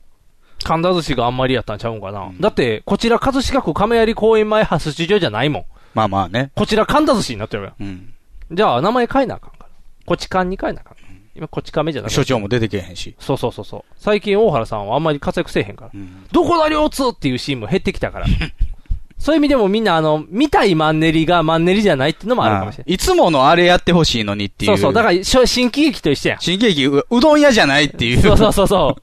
神田寿司があんまりやったんちゃうんかな。うんだって、こちら葛飾区亀有公園前発出所じゃないもん。まあまあね。こちら神田寿司になってるよ。うん。じゃあ、名前変えなあかんから。こち勘に変えなあかんから。今、こち亀じゃなくて所長も出てけへんし。そうそうそうそう。最近、大原さんはあんまり活躍せえへんから。うん。どこだ両通っていうシーンも減ってきた から。そういう意味でもみんな、あの、見たいマンネリがマンネリじゃないっていうのもあるかもしれない。いつものあれやってほしいのにっていう。そうそう。だら。から、しょ新喜劇と一緒やん。新喜劇、ううどん屋じゃないって いう。そうそうそうそう。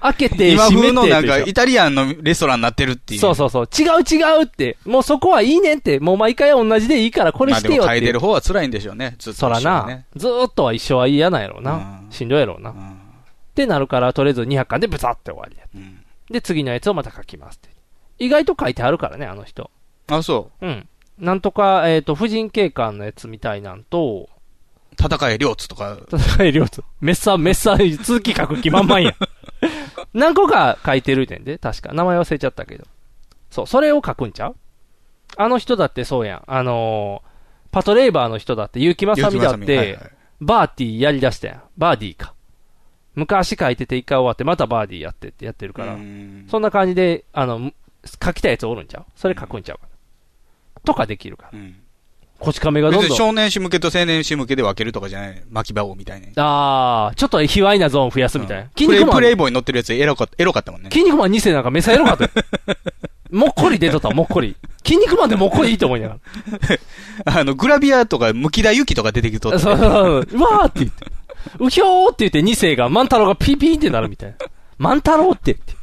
開けて、今閉め風てのと一緒。なんか、イタリアンのレストランになってるっていう。そうそうそう。違う違うって。もうそこはいいねんって。もう毎回同じでいいからこれまあしでてもよっ変てえいてう。る方は辛いんでしょうね。ずっと。そらなね。、ずーっとは一生は嫌なんやろうなう。んしんどいやろうなう。んってなるから、とりあえず200巻でブサって終わりや。うんで、次のやつをまた書きますって。意外と書いてあるからね、あの人。あ、そうん。なんとか、えっ、と、婦人警官のやつみたいなんう。と、戦え、両津とか。戦え両津。メッサー、メッサー、続き書く気満々や。 何個か書いてるねんで、確か。名前忘れちゃったけど。そう、それを書くんちゃうあの人だってそうやん。あのーパトレイバーの人だって、結城正美だっ結城正美はいてはい、バーティーやりだしたやん。バーディーか。昔書いてて一回終わって、またバーディーやってってやってるからう。んそんな感じで、あの、書きたいやつおるんちゃうそれ書くんちゃうかな。とかできるから。うんこち亀がど別んどにん。少年誌向けと青年誌向けで分けるとかじゃない。巻き場王みたいに。ああ、ちょっと卑猥なゾーン増やすみたいな。筋プレ肉イマプレイン、ボーイに乗ってるやつエロかエロかったもんね。筋肉マン2世なんかめっちゃエロ かったよ。もっこり出とったわもっこり。筋肉マンでもっこりいいと思いながあの、グラビアとか、ムキダユキとか出てきとっら。てそうそうそう。うわーって言って。うひょーって言って2世が、万太郎がピーピーってなるみたいな。万太郎って言って。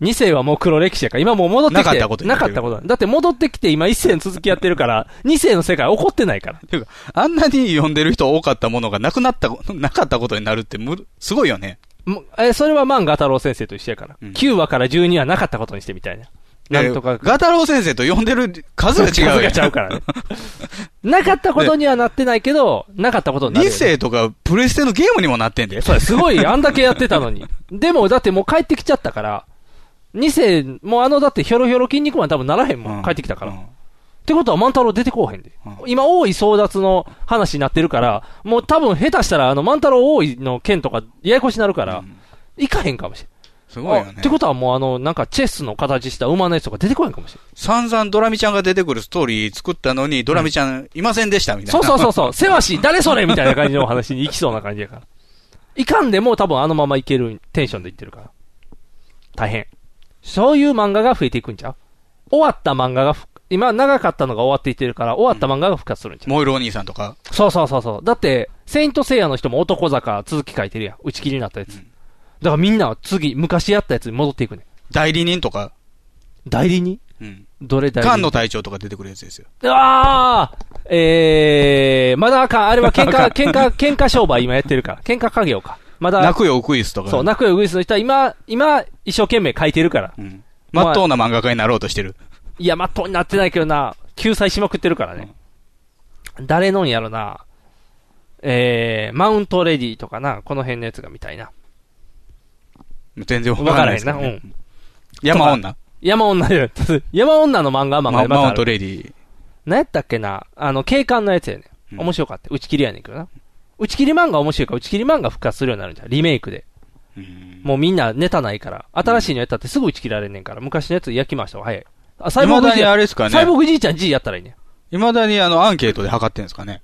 2世はもう黒歴史やから、今もう戻ってきて。なかったことにななってかるったことだ。だって戻ってきて今1世の続きやってるから、2世の世界怒ってないから。ていうか、あんなに呼んでる人多かったものがなくなった、なかったことになるってむ、すごいよね。もえ、それは万ガ太郎先生と一緒やから。うん9話から12話なかったことにしてみたいな。なんとか。ガタロウ先生と呼んでる数が違う数よがちゃうからね。 なかったことにはなってないけど、なかったことになる2よね、世とか、プレステのゲームにもなってんだよ。そうやすごい、あんだけやってた のに。でも、だってもう帰ってきちゃったから、2世、もうあの、だってひょろひょろ筋肉マン多分ならへんもん。うん帰ってきたから。うっんてことは万太郎出てこうへんで。う今、大井争奪の話になってるから、もう多分下手したら、あの、万太郎大井の件とか、ややこしになるから、うん行かへんかもしれん。すごいよあねって。ことはもうあの、なんかチェスの形した馬のやつとか出てこないかもしれ散々ドラミちゃんが出てくるストーリー作ったのに、ドラミちゃんいませんでしたみん。たいそうな。そうそう そう。せわしい、誰それみたいな感じのお話に行きそうな感じやから。いかんでも多分あのままいけるテンションでいってるから。大変。そういう漫画が増えていくんちゃう終わった漫画がふ、今長かったのが終わっていってるから、終わった漫画が復活するんちゃう、モイルお兄さんとか。そうそうそうそう。だって、セイントセイヤの人も男坂続き書いてるやん。打ち切りになったやつ。だからみんなは次、昔やったやつに戻っていくねん。代理人とか、代理にうん。どれ代理菅に野隊長とか出てくるやつですよ。ああえー、まだあかん。あれは喧あかん嘩、喧嘩、喧嘩商売今やってるから。喧嘩家業か。まだ泣、くよ、ウクイスとか。そう、泣くよウグイスの人は今、今、一生懸命書いてるから。うん。まっとうな漫画家になろうとしてる。いや、まっとうになってないけどな、救済しまくってるからね。誰のんやろな。えー、マウントレディとかな、この辺のやつがみたいな。全然わわかかなららいでへんすな。けどねうん。山女山女じゃない 山女の漫画は漫画マでまたマウあるントレディ。何やったっけな、あの、警官のやつやね。うん面白かった。打ち切りやねんけどな。打ち切り漫画面白いから、打ち切り漫画復活するようになるんじゃん。リメイクで。もうみんなネタないから。新しいのやったってすぐ打ち切られんねんから。昔のやつ焼きましたわ、早い。あ、サイボーグじ未だにいちゃあん、れですかサイボね。ーグじいちゃん G やったらいいねいまだにあの、アンケートで測ってんですかね。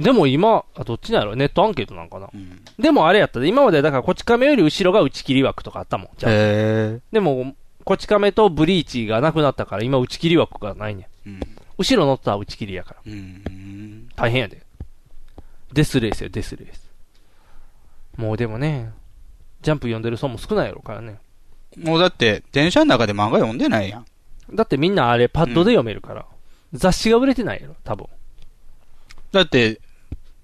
ん。でも今、あ、どっちなんやろネットアンケートなんかな。うんでもあれやったで、今までだからこち亀より後ろが打ち切り枠とかあったもん。じゃあへでも、こち亀とブリーチがなくなったから、今打ち切り枠がないねん。ぇ後ろ乗ったら打ち切りやから。うん。大変やで。デスレースや、デスレース。もうでもね、ジャンプ読んでる層も少ないやろからね。もうだって、電車の中で漫画読んでないやん。だってみんなあれパッドで読めるから。雑誌が売れてないやろ、多分。だって、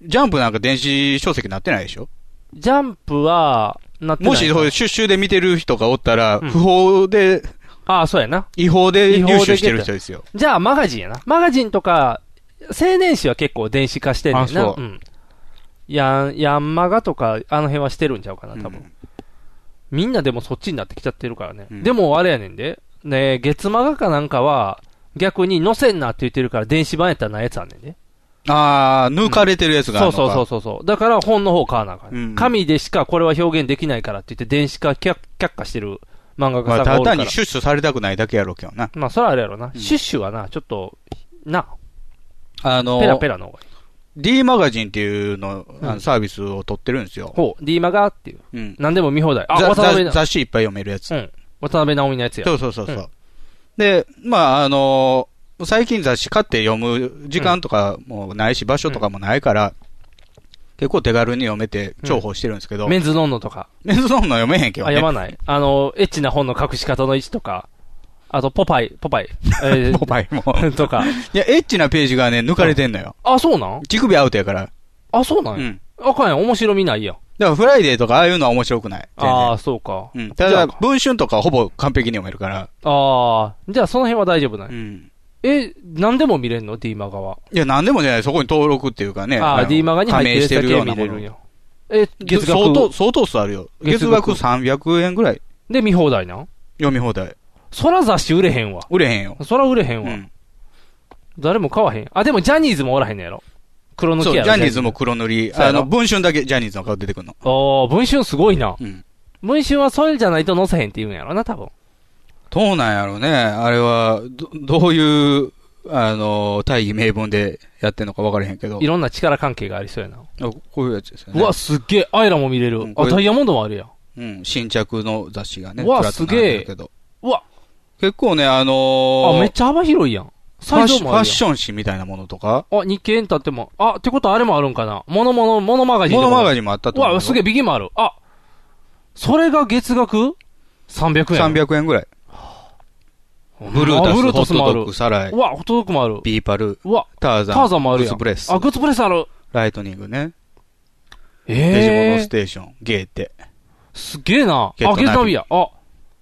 ジャンプなんか電子書籍なってないでしょジャンプは、なってないもし、なそういう出集で見てる人がおったら、うん不法でああ、そうやな。違法で違法で入手してる人ですよ。じゃあ、マガジンやな。マガジンとか、青年誌は結構電子化してんねんな。。あそうんヤン、ヤンマガとか、あの辺はしてるんちゃうかな、多分。うんみんなでもそっちになってきちゃってるからね。うんでも、あれやねんで。ね月マガかなんかは、逆に載せんなって言ってるから、電子版やったらないやつあんねんで。ああ、抜かれてるやつがあそるのうか。そうそうそうそう。だから本の方買わなあかん、うん紙でしかこれは表現できないからって言って、電子化却却下してる漫画ま家さあ、んたがだおるか単らに。出所されたくないだけやろうけどな。まあ、それはあれやろな。うんシュッシュはな、ちょっと、な、あの、ペラペラの方がいい。 D マガジンっていうの、あのうんサービスを取ってるんですよ。ほう、D マガっていう。うん。何でも見放題。あ、ざ渡辺ざな雑誌いっぱい読めるやつ。うん。渡辺直美のやつや。そうそうそうそう、うんで、まあ、あのー最近雑誌買って読む時間とかもないし、場所とかもないから、結構手軽に読めて重宝してるんですけど、メンズノンノとか。メ ンズノンの読めへんけあ、どね。読まない。あの、エッチな本の隠し方の位置とか。あと、ポパイ、ポパイ。えー ポパイも。いとか。や、エッチなページがね、抜かれてんのよ。あ、そうなん乳首アウトやから。あ、そうなうんや。ん。あかんやん。面白みないやん。だから、フライデーとかああいうのは面白くない。全然ああ、そうか。うん。たじゃだ、あ文春とかはほぼ完璧に読めるから。ああ、じゃあその辺は大丈夫ない。うん。え、何でも見れんの ?D マガは。いや、なんでもじゃない。そこに登録っていうかね。ああ、の D マガに入ってるやつだけ加盟見れるん。してようなものや。え、月相当、額相当数あるよ。月月額額300円ぐらいで見放題なん読み放題。そら雑誌売れへんわ。売れへんよ。そら売れへうんわ。ん。誰も買わへん。あ、でもジャニーズもおらへんのやろ。黒抜そう、きジやろ。ャニーズも。黒塗り。そうやあろの、文春だけジャニーズの顔出てくるの。ああ、文春すごいな。うん。文春はそれじゃないと載せへんって言うんやろな、多分。どうなんやろうね。あれは、ど、どういう、あの、大義名分でやってんのか分からへんけどい。ろんな力関係がありそうやな。あこういうやつですようね。わ、すっげえ。アイラも見れるう。んこあ、れダイヤモンドもあるやん。うん。新着の雑誌がね。うわちらっと並んでるけど。うわ、結構ね、あのーあ、めっちゃ幅広いやん。ファサッイションズもフあァるッやんション誌みたいなものとか、あ、日経エンタっても。あ、ってことはあれもあるんかな。モノモノ、モノマガジンモとかノも。マガジンもあったうと思うよ。わ、すげえ、ビギンもある。あ、それが月額 ?300 円。 300円ぐらい。うんブルータあス、ブルーホタッストもドあッるグ、。サライう、わ、ホットドッグもある。ビーパル、うわ、ターザン、ターザンもあるやグん。ッズブレスあ、、グッズプレスある。ライトニングね、デジモノえスえ。テーション、ゲーテ。すげえな。あ、ゲットナビゲットナビや。あ、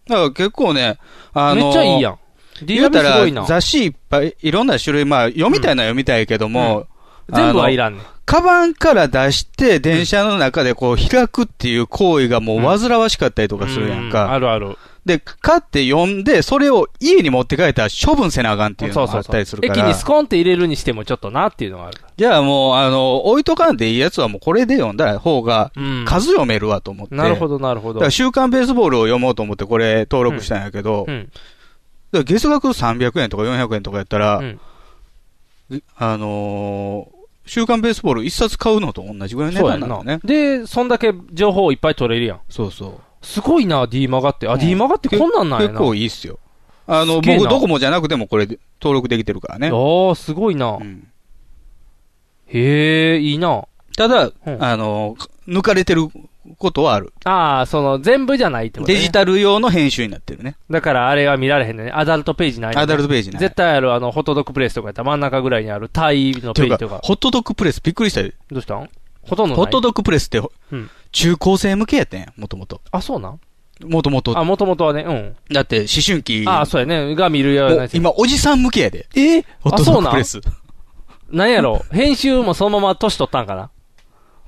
だから結構ね、あのーめっちゃいいやん。D 言ナうビたすらごいな。雑誌いっぱい、いろんな種類、まあ、読みたいのは読みたいけども、全部はいらんねん。カバンから出して、電車の中でこう、開くっていう行為がもう煩わしかったりとかするやんうか。あるある。で、買って読んで、それを家に持って帰ったら処分せなあかんっていうのがあったりするから。駅にスコンって入れるにしてもちょっとなっていうのがあるから。じゃあもう、あの、置いとかんでいいやつはもうこれで読んだ方が、うん数読めるわと思って。なるほど。ど、なるほだどから。週刊ベースボールを読もうと思ってこれ登録したんやけど、うだかん。ら月額300円とか400円とかやったら、うんあのー週刊ベースボール一冊買うのと同じぐらいのそう値や段んなのなね。。で、そんだけ情報をいっぱい取れるやん。そうそう。すごいな、D マガって。あ、うん D マガってこんなんなんやな。結構いいっすよ。あの、すげえな僕ドコモじゃなくてもこれで登録できてるからね。ああ、すごいなう。んへえ、いいな。ただ、うんあのー抜かれてることはある。ああ、その、全部じゃないってことね。デジタル用の編集になってるね。だからあれは見られへんのね。アダルトページないのね。アダルトページない絶対ある、あの、ホットドッグプレスとかやったら真ん中ぐらいにある、タイのてペいーうジかとか。ホットドッグプレスびっくりしたよ。どうしたんほとんどない。ホットドッグプレスって、うん中高生向けやったんや、もともと。あ、そうなんもともと。あ、もともとはね、うん。だって、思春期。ああ、そうやね。が見るようなもうやつ。今、おじさん向けやで。えホットあ、ドそうッグなプんレス。なんやろ編集もそのまま年取ったんかな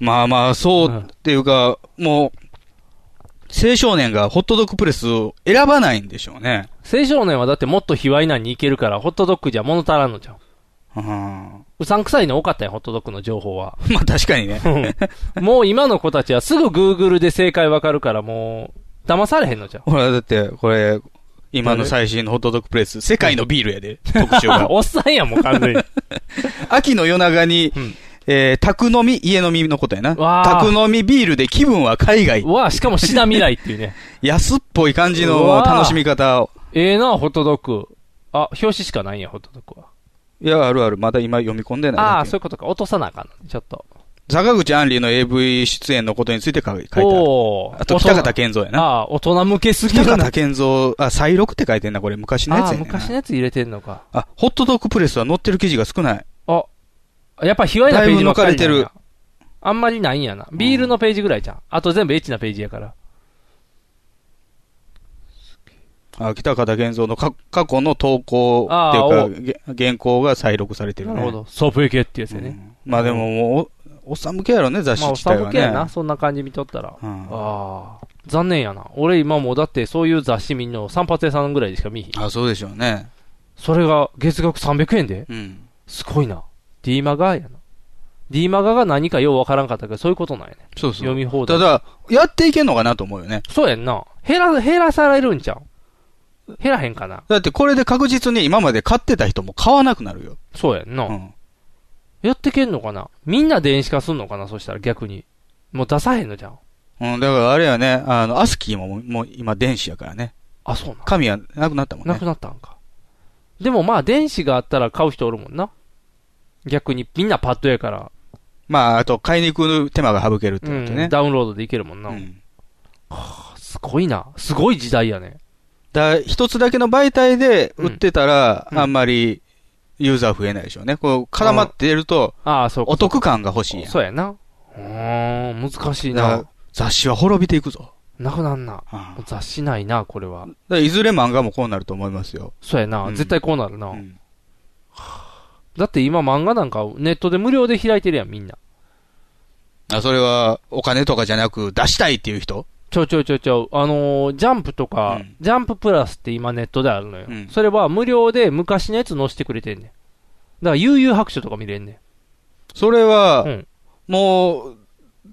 まあまあ、そううんっていうか、もう、青少年がホットドッグプレスを選ばないんでしょうね。青少年はだってもっと卑猥なに行けるから、ホットドッグじゃ物足らんのじゃん。うん。まうさんくさいの多かったよ、ホットドッグの情報 は。あ確かに ね。もう今の子たちはすぐ Google で正解わかるから、もう、騙されへんのじゃん。ほら、だって、これ、今の最新のホットドッグプレス、世界のビールやで、特集が 。おっさんやん、もう完全 に。秋の夜長に、うんえー、宅飲み、家飲みのことやな。わー宅飲みビールで気分は海外。わあ、しかもシダ未来っていうね。安っぽい感じうのわー楽しみ方を。ええな、ホットドッグ。あ、表紙しかないんや、ホットドッグは。いや、あるある。まだ今読み込んでないだけ。ああ、そういうことか。落とさなあかんのちょっと。坂口杏里の AV 出演のことについて書い書いてある。おおー。あと、北方健三やあな。あ、大人向けすぎ北るな。方健三、あ、再録って書いてんな、これ。昔のやつああ、やねんな昔のやつ入れてんのか。あ、ホットドッグプレスは載ってる記事が少ない。あ、やっぱ卑猥なページばっかりなんだやいぶ抜かれてあんまりないんやな。ビールのページぐらいじゃん。あと全部エッチなページやから。あ北方玄三のか過去の投稿あーっていうか、げ原稿が再録されてるね。なるほど。ソフェ系ってやつやうね。んまあでももう、おおっさん向けやろね、雑誌まあ、おっ自さ体んは向けやな。ね。そんな感じ見とったら。うんああ。残念やな。俺今もうだってそういう雑誌見んの散髪屋さんぐらいでしか見ひん。あ、そうでしょうね。それが月額300円でうん。すごいな。D マガやな。D マガが何かようわからんかったけど、そういうことなんやね。そうそ読う。み放題た。だ、やっていけんのかなと思うよね。そうやんな。減ら、減らされるんちゃう減らへんかな。だってこれで確実に今まで買ってた人も買わなくなるよ。そうやんな。うん。やってけんのかなみんな電子化すんのかなそしたら逆に。もう出さへんのじゃん。うん、だからあれやね、あの、アスキーももうもう今電子やからね。あ、そうなん紙はなくなったもんなねく。なったんか。でもまあ、電子があったら買う人おるもんな。逆に、みんなパッドやから、まあ、あと買いに行く手間が省けるってことうんね。ダウンロードでいけるもんな。うんすごいな。すごい時代やね。だ一つだけの媒体で売ってたら、うんあんまりユーザー増えないでしょうね。こう、絡まってると、ああ、そうかお得感が欲しいやん。そうやな。うーん、難しいだからな。雑誌は滅びていくぞ。なくなんな。うんもう雑誌ないな、これは。だからいずれ漫画もこうなると思いますよ。そうやな。うん絶対こうなるな。うんだって今漫画なんかネットで無料で開いてるやん、みんな。あそれは、お金とかじゃなく、出したいっていう人ちょちょちょちょ、あのージャンプとか、うんジャンププラスって今ネットであるのよ。うんそれは無料で昔のやつ載せてくれてんねん。だから悠々白書とか見れんねん。それは、うんもう、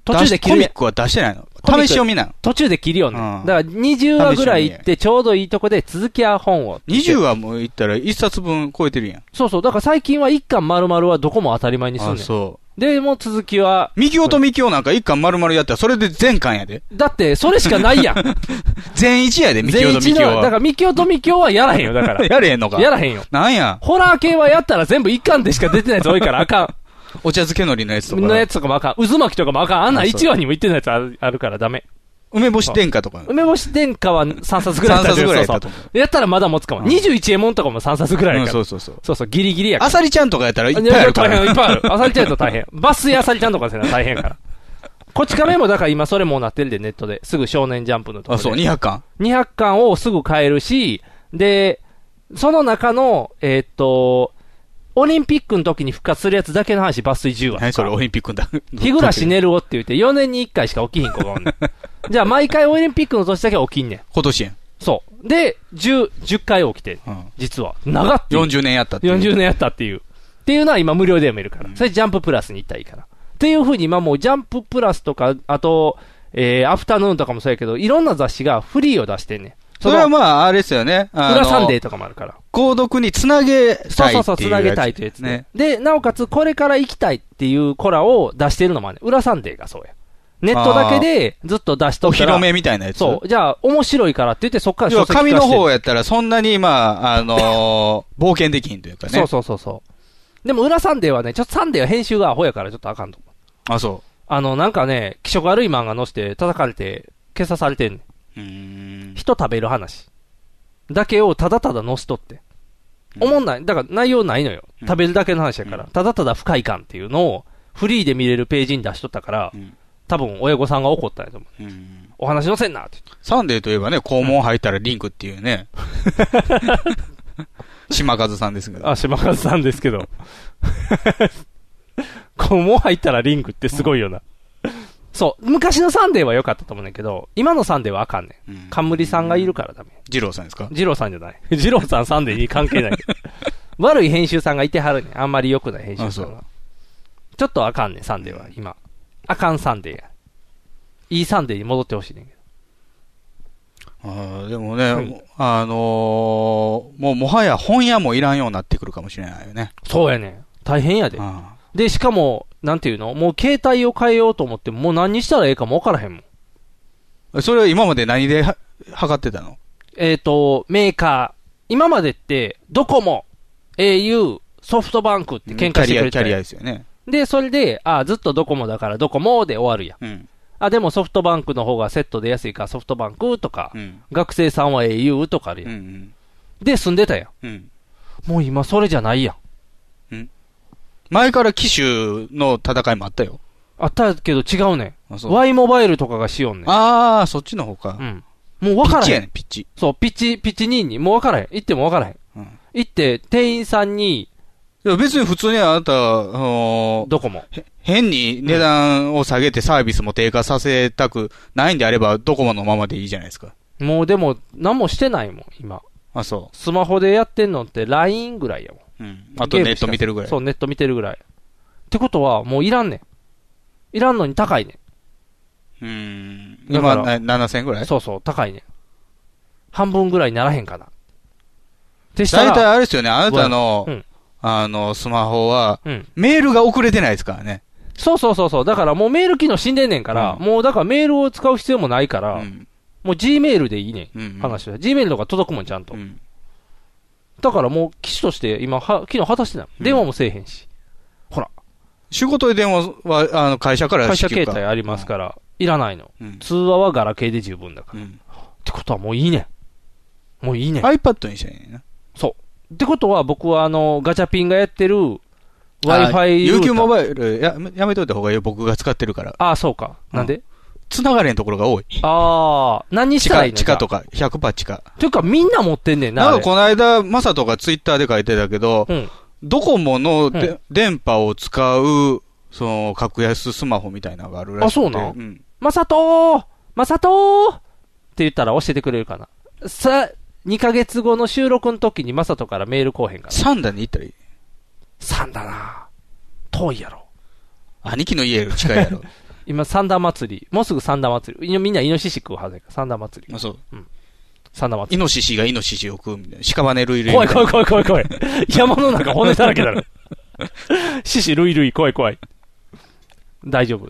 途中で切コるミやックは出してないのコミック試し読みなの。途中で切るよね。うんだから20話ぐらい行ってちょうどいいとこで続きは本を。 20はもう言ったら1冊分超えてるやん。そうそう。だから最近は1巻丸々はどこも当たり前にすんねあ、ん。そで、もう続きは、う。右尾と右尾なんか1巻丸々やったら、それで全巻やで。だってそれしかないやん。 全1やで、右尾と全右一尾の、だかは。らミキオとミキオはやらへんよ、だから。やれへんのか。やらへんよ。なんや。ホラー系はやったら全部1巻でしか出てないやつ多いから あかん。お茶漬けのりのやつとのやか。つとかもあかん。渦巻きとかもあかん。あんなあそう1話にも言ってないやつあるあるからダメ。梅干し天下とか。梅干し殿下は3冊ぐら3いやった冊ぐらいやっそうたとそう思う。やったらまだ持つかも。うん21エモンとかも3冊ぐらいうんやから。そうそうそう。そうそう、ギリギリやから。あさりちゃんとかやったらいっぱいあやるか大変、いら。っぱいある。あさりちゃんと大変。バスやあさりちゃんとかせな大変やから。こっち亀もだから今それもうなってるで、ネットで。すぐ少年ジャンプのとこあ、ろで。そう、200巻。 200巻をすぐ買えるし、で、その中の、えーっと、オリンピックの時に復活するやつだけの話、抜粋10話とか。何それ、オリンピックだ。日暮らし寝るおって言って、4年に1回しか起きひん子 がおんねん。じゃあ、毎回オリンピックの年だけ起きんねん。今年やん。そう。で、10、10回起きてん、うん実は。長っていう。 40年やったっていう。 40年やったっていう。っていうのは今無料で読めるから。それジャンププラスに行ったらいいから。っていうふうに今もうジャンププラスとか、あと、えー、アフタヌーンとかもそうやけど、いろんな雑誌がフリーを出してんねん。それはまあ、あれですよね。あの裏サンデーとかもあるから。購読につなげそうたいっていうやつ。そうそう、つなげたいというやつね。。で、なおかつ、これから行きたいっていうコラを出してるのもあるね。裏サンデーがそうや。ネットだけでずっと出しとおった披ら。露目みたいなやつ。そう。じゃあ、面白いからって言って、そっから要は紙化のしてる方やったらそんなに、まあ、あの ー冒険できひんというかね。そうそうそうそう。でも、裏サンデーはね、ちょっとサンデーは編集がアホやからちょっとあかんと思う。あ、そあの、なんかね、気色悪い漫画載せて叩かれて、消さされてんねん。う。うーん。人食べる話。だけをただただ載せとって。おもんない。だから内容ないのよ。うん食べるだけの話やから。ただただ不快感っていうのを、フリーで見れるページに出しとったからうん、多分親御さんが怒ったんやと思う。うんお話載せんなって言って。サンデーといえばね、肛門入ったらリンクっていうね。 島和さんですけど。あ、島和さんですけど。 こう、もう入ったらリングってすごいよな。そう。昔のサンデーは良かったと思うねんだけど、今のサンデーはあかんねうんん。冠さんがいるからダメ。二郎さんですか二郎さんじゃない。 二郎さんサンデーに関係ない。 悪い編集さんがいてはるねんあんまり良くない編集さんあが。ちょっとあかんねん、サンデーは、今。あかんサンデーや。いいサンデーに戻ってほしいねんけど。あーでもね、うんあのーもうもはや本屋もいらんようになってくるかもしれないよね。そうやねん。大変やで。あで、しかも、なんていうのもう携帯を変えようと思っても、もう何にしたらええかもわからへんもん。ーそれは今まで何では測ってたのえっ、と、メーカー、今までって、ドコモ、au、ソフトバンクって喧嘩してくれてキャリア、キャリアたですよね。で、それで、あずっとドコモだからドコモで終わるやん。うん。あ、でもソフトバンクの方がセットで安いからソフトバンクとか、うん。学生さんは au とかあるうやん。ん。で、住んでたやうん。ん。もう今それじゃないやん。前から機種の戦いもあったよ。あったけど違うねあ、ん。そう。 Y モバイルとかがしよんねん。あーそっちの方かう。ん。もう分ピかッらチへやん。ねん、ピッチ。そう、ピッチ、ピッチ2に、もう分からへん。行っても分からへん。うん行って、店員さんに、いや別に普通にあなた、あのードコモ。変に値段を下げてサービスも低下させたくないんであれば、ドコモのままでいいじゃないですか。もうでも、何もしてないもん、今。あ、そスマホでやってんのって LINE ぐらいやもん。う。うん。あとネット見てるぐらい。そう、ネット見てるぐらい。ってことは、もういらんねん。いらんのに高いねうん。だか今、らな7000ぐらん。いそうそう、高いねん。半分ぐらいにならへんかな。ってした大体ら、あれですよね、あなたの、うんあの、スマホは、うん。メールが遅れてないですからね。そうそうそうそう。だからもうメール機能死んでんねんから、うんもうだからメールを使う必要もないかうら、ん。もう G メールでいいね。うんん。話は。G メールとか届くもん、ちゃんと。うん。だからもう機種として今は、機能果たしてない。うん電話もせえへんし。ほら、仕事で電話は、あの、会社から会社支給携か帯ありますから、いらないの。うん。通話はガラケーで十分だかうら。っん。てことはもういいねん。もういいねん。 iPad にしたらいいねんな。ってことは僕はあの、ガチャピンがやってる Wi-Fi ルータあー。 UQ モバイル、ややめといた方がいいよ。僕が使ってるから。ああ、そうか。なんで、繋がれんところが多い。ああ、何にし地たら下、いいの地下とか。か、100%地下。というかみんな持ってんねんな。なんあかれこの間、マサとかツイッターで書いてたけど、うん。ドコモので、うん電波を使う、その、格安スマホみたいなのがあるらしくて。あそうなんん。まさとーまさとーって言ったら教えてくれるかな。さ、2ヶ月後の収録の時にまさとからメール来おへんから。サンダに行ったらいい。 3だな遠いやろ。兄貴の家より近い やろ。今、三田祭り。もうすぐ三田祭り。いのみんなイノシシ食うはずやから、三田祭りまあ。そう。三田祭イノシシがイノシシを食うみたいな。屍類り。類怖みいた怖いな怖い怖い怖い。山の中骨だらけ だろ。獅子ルイルイ怖い怖い。大丈夫。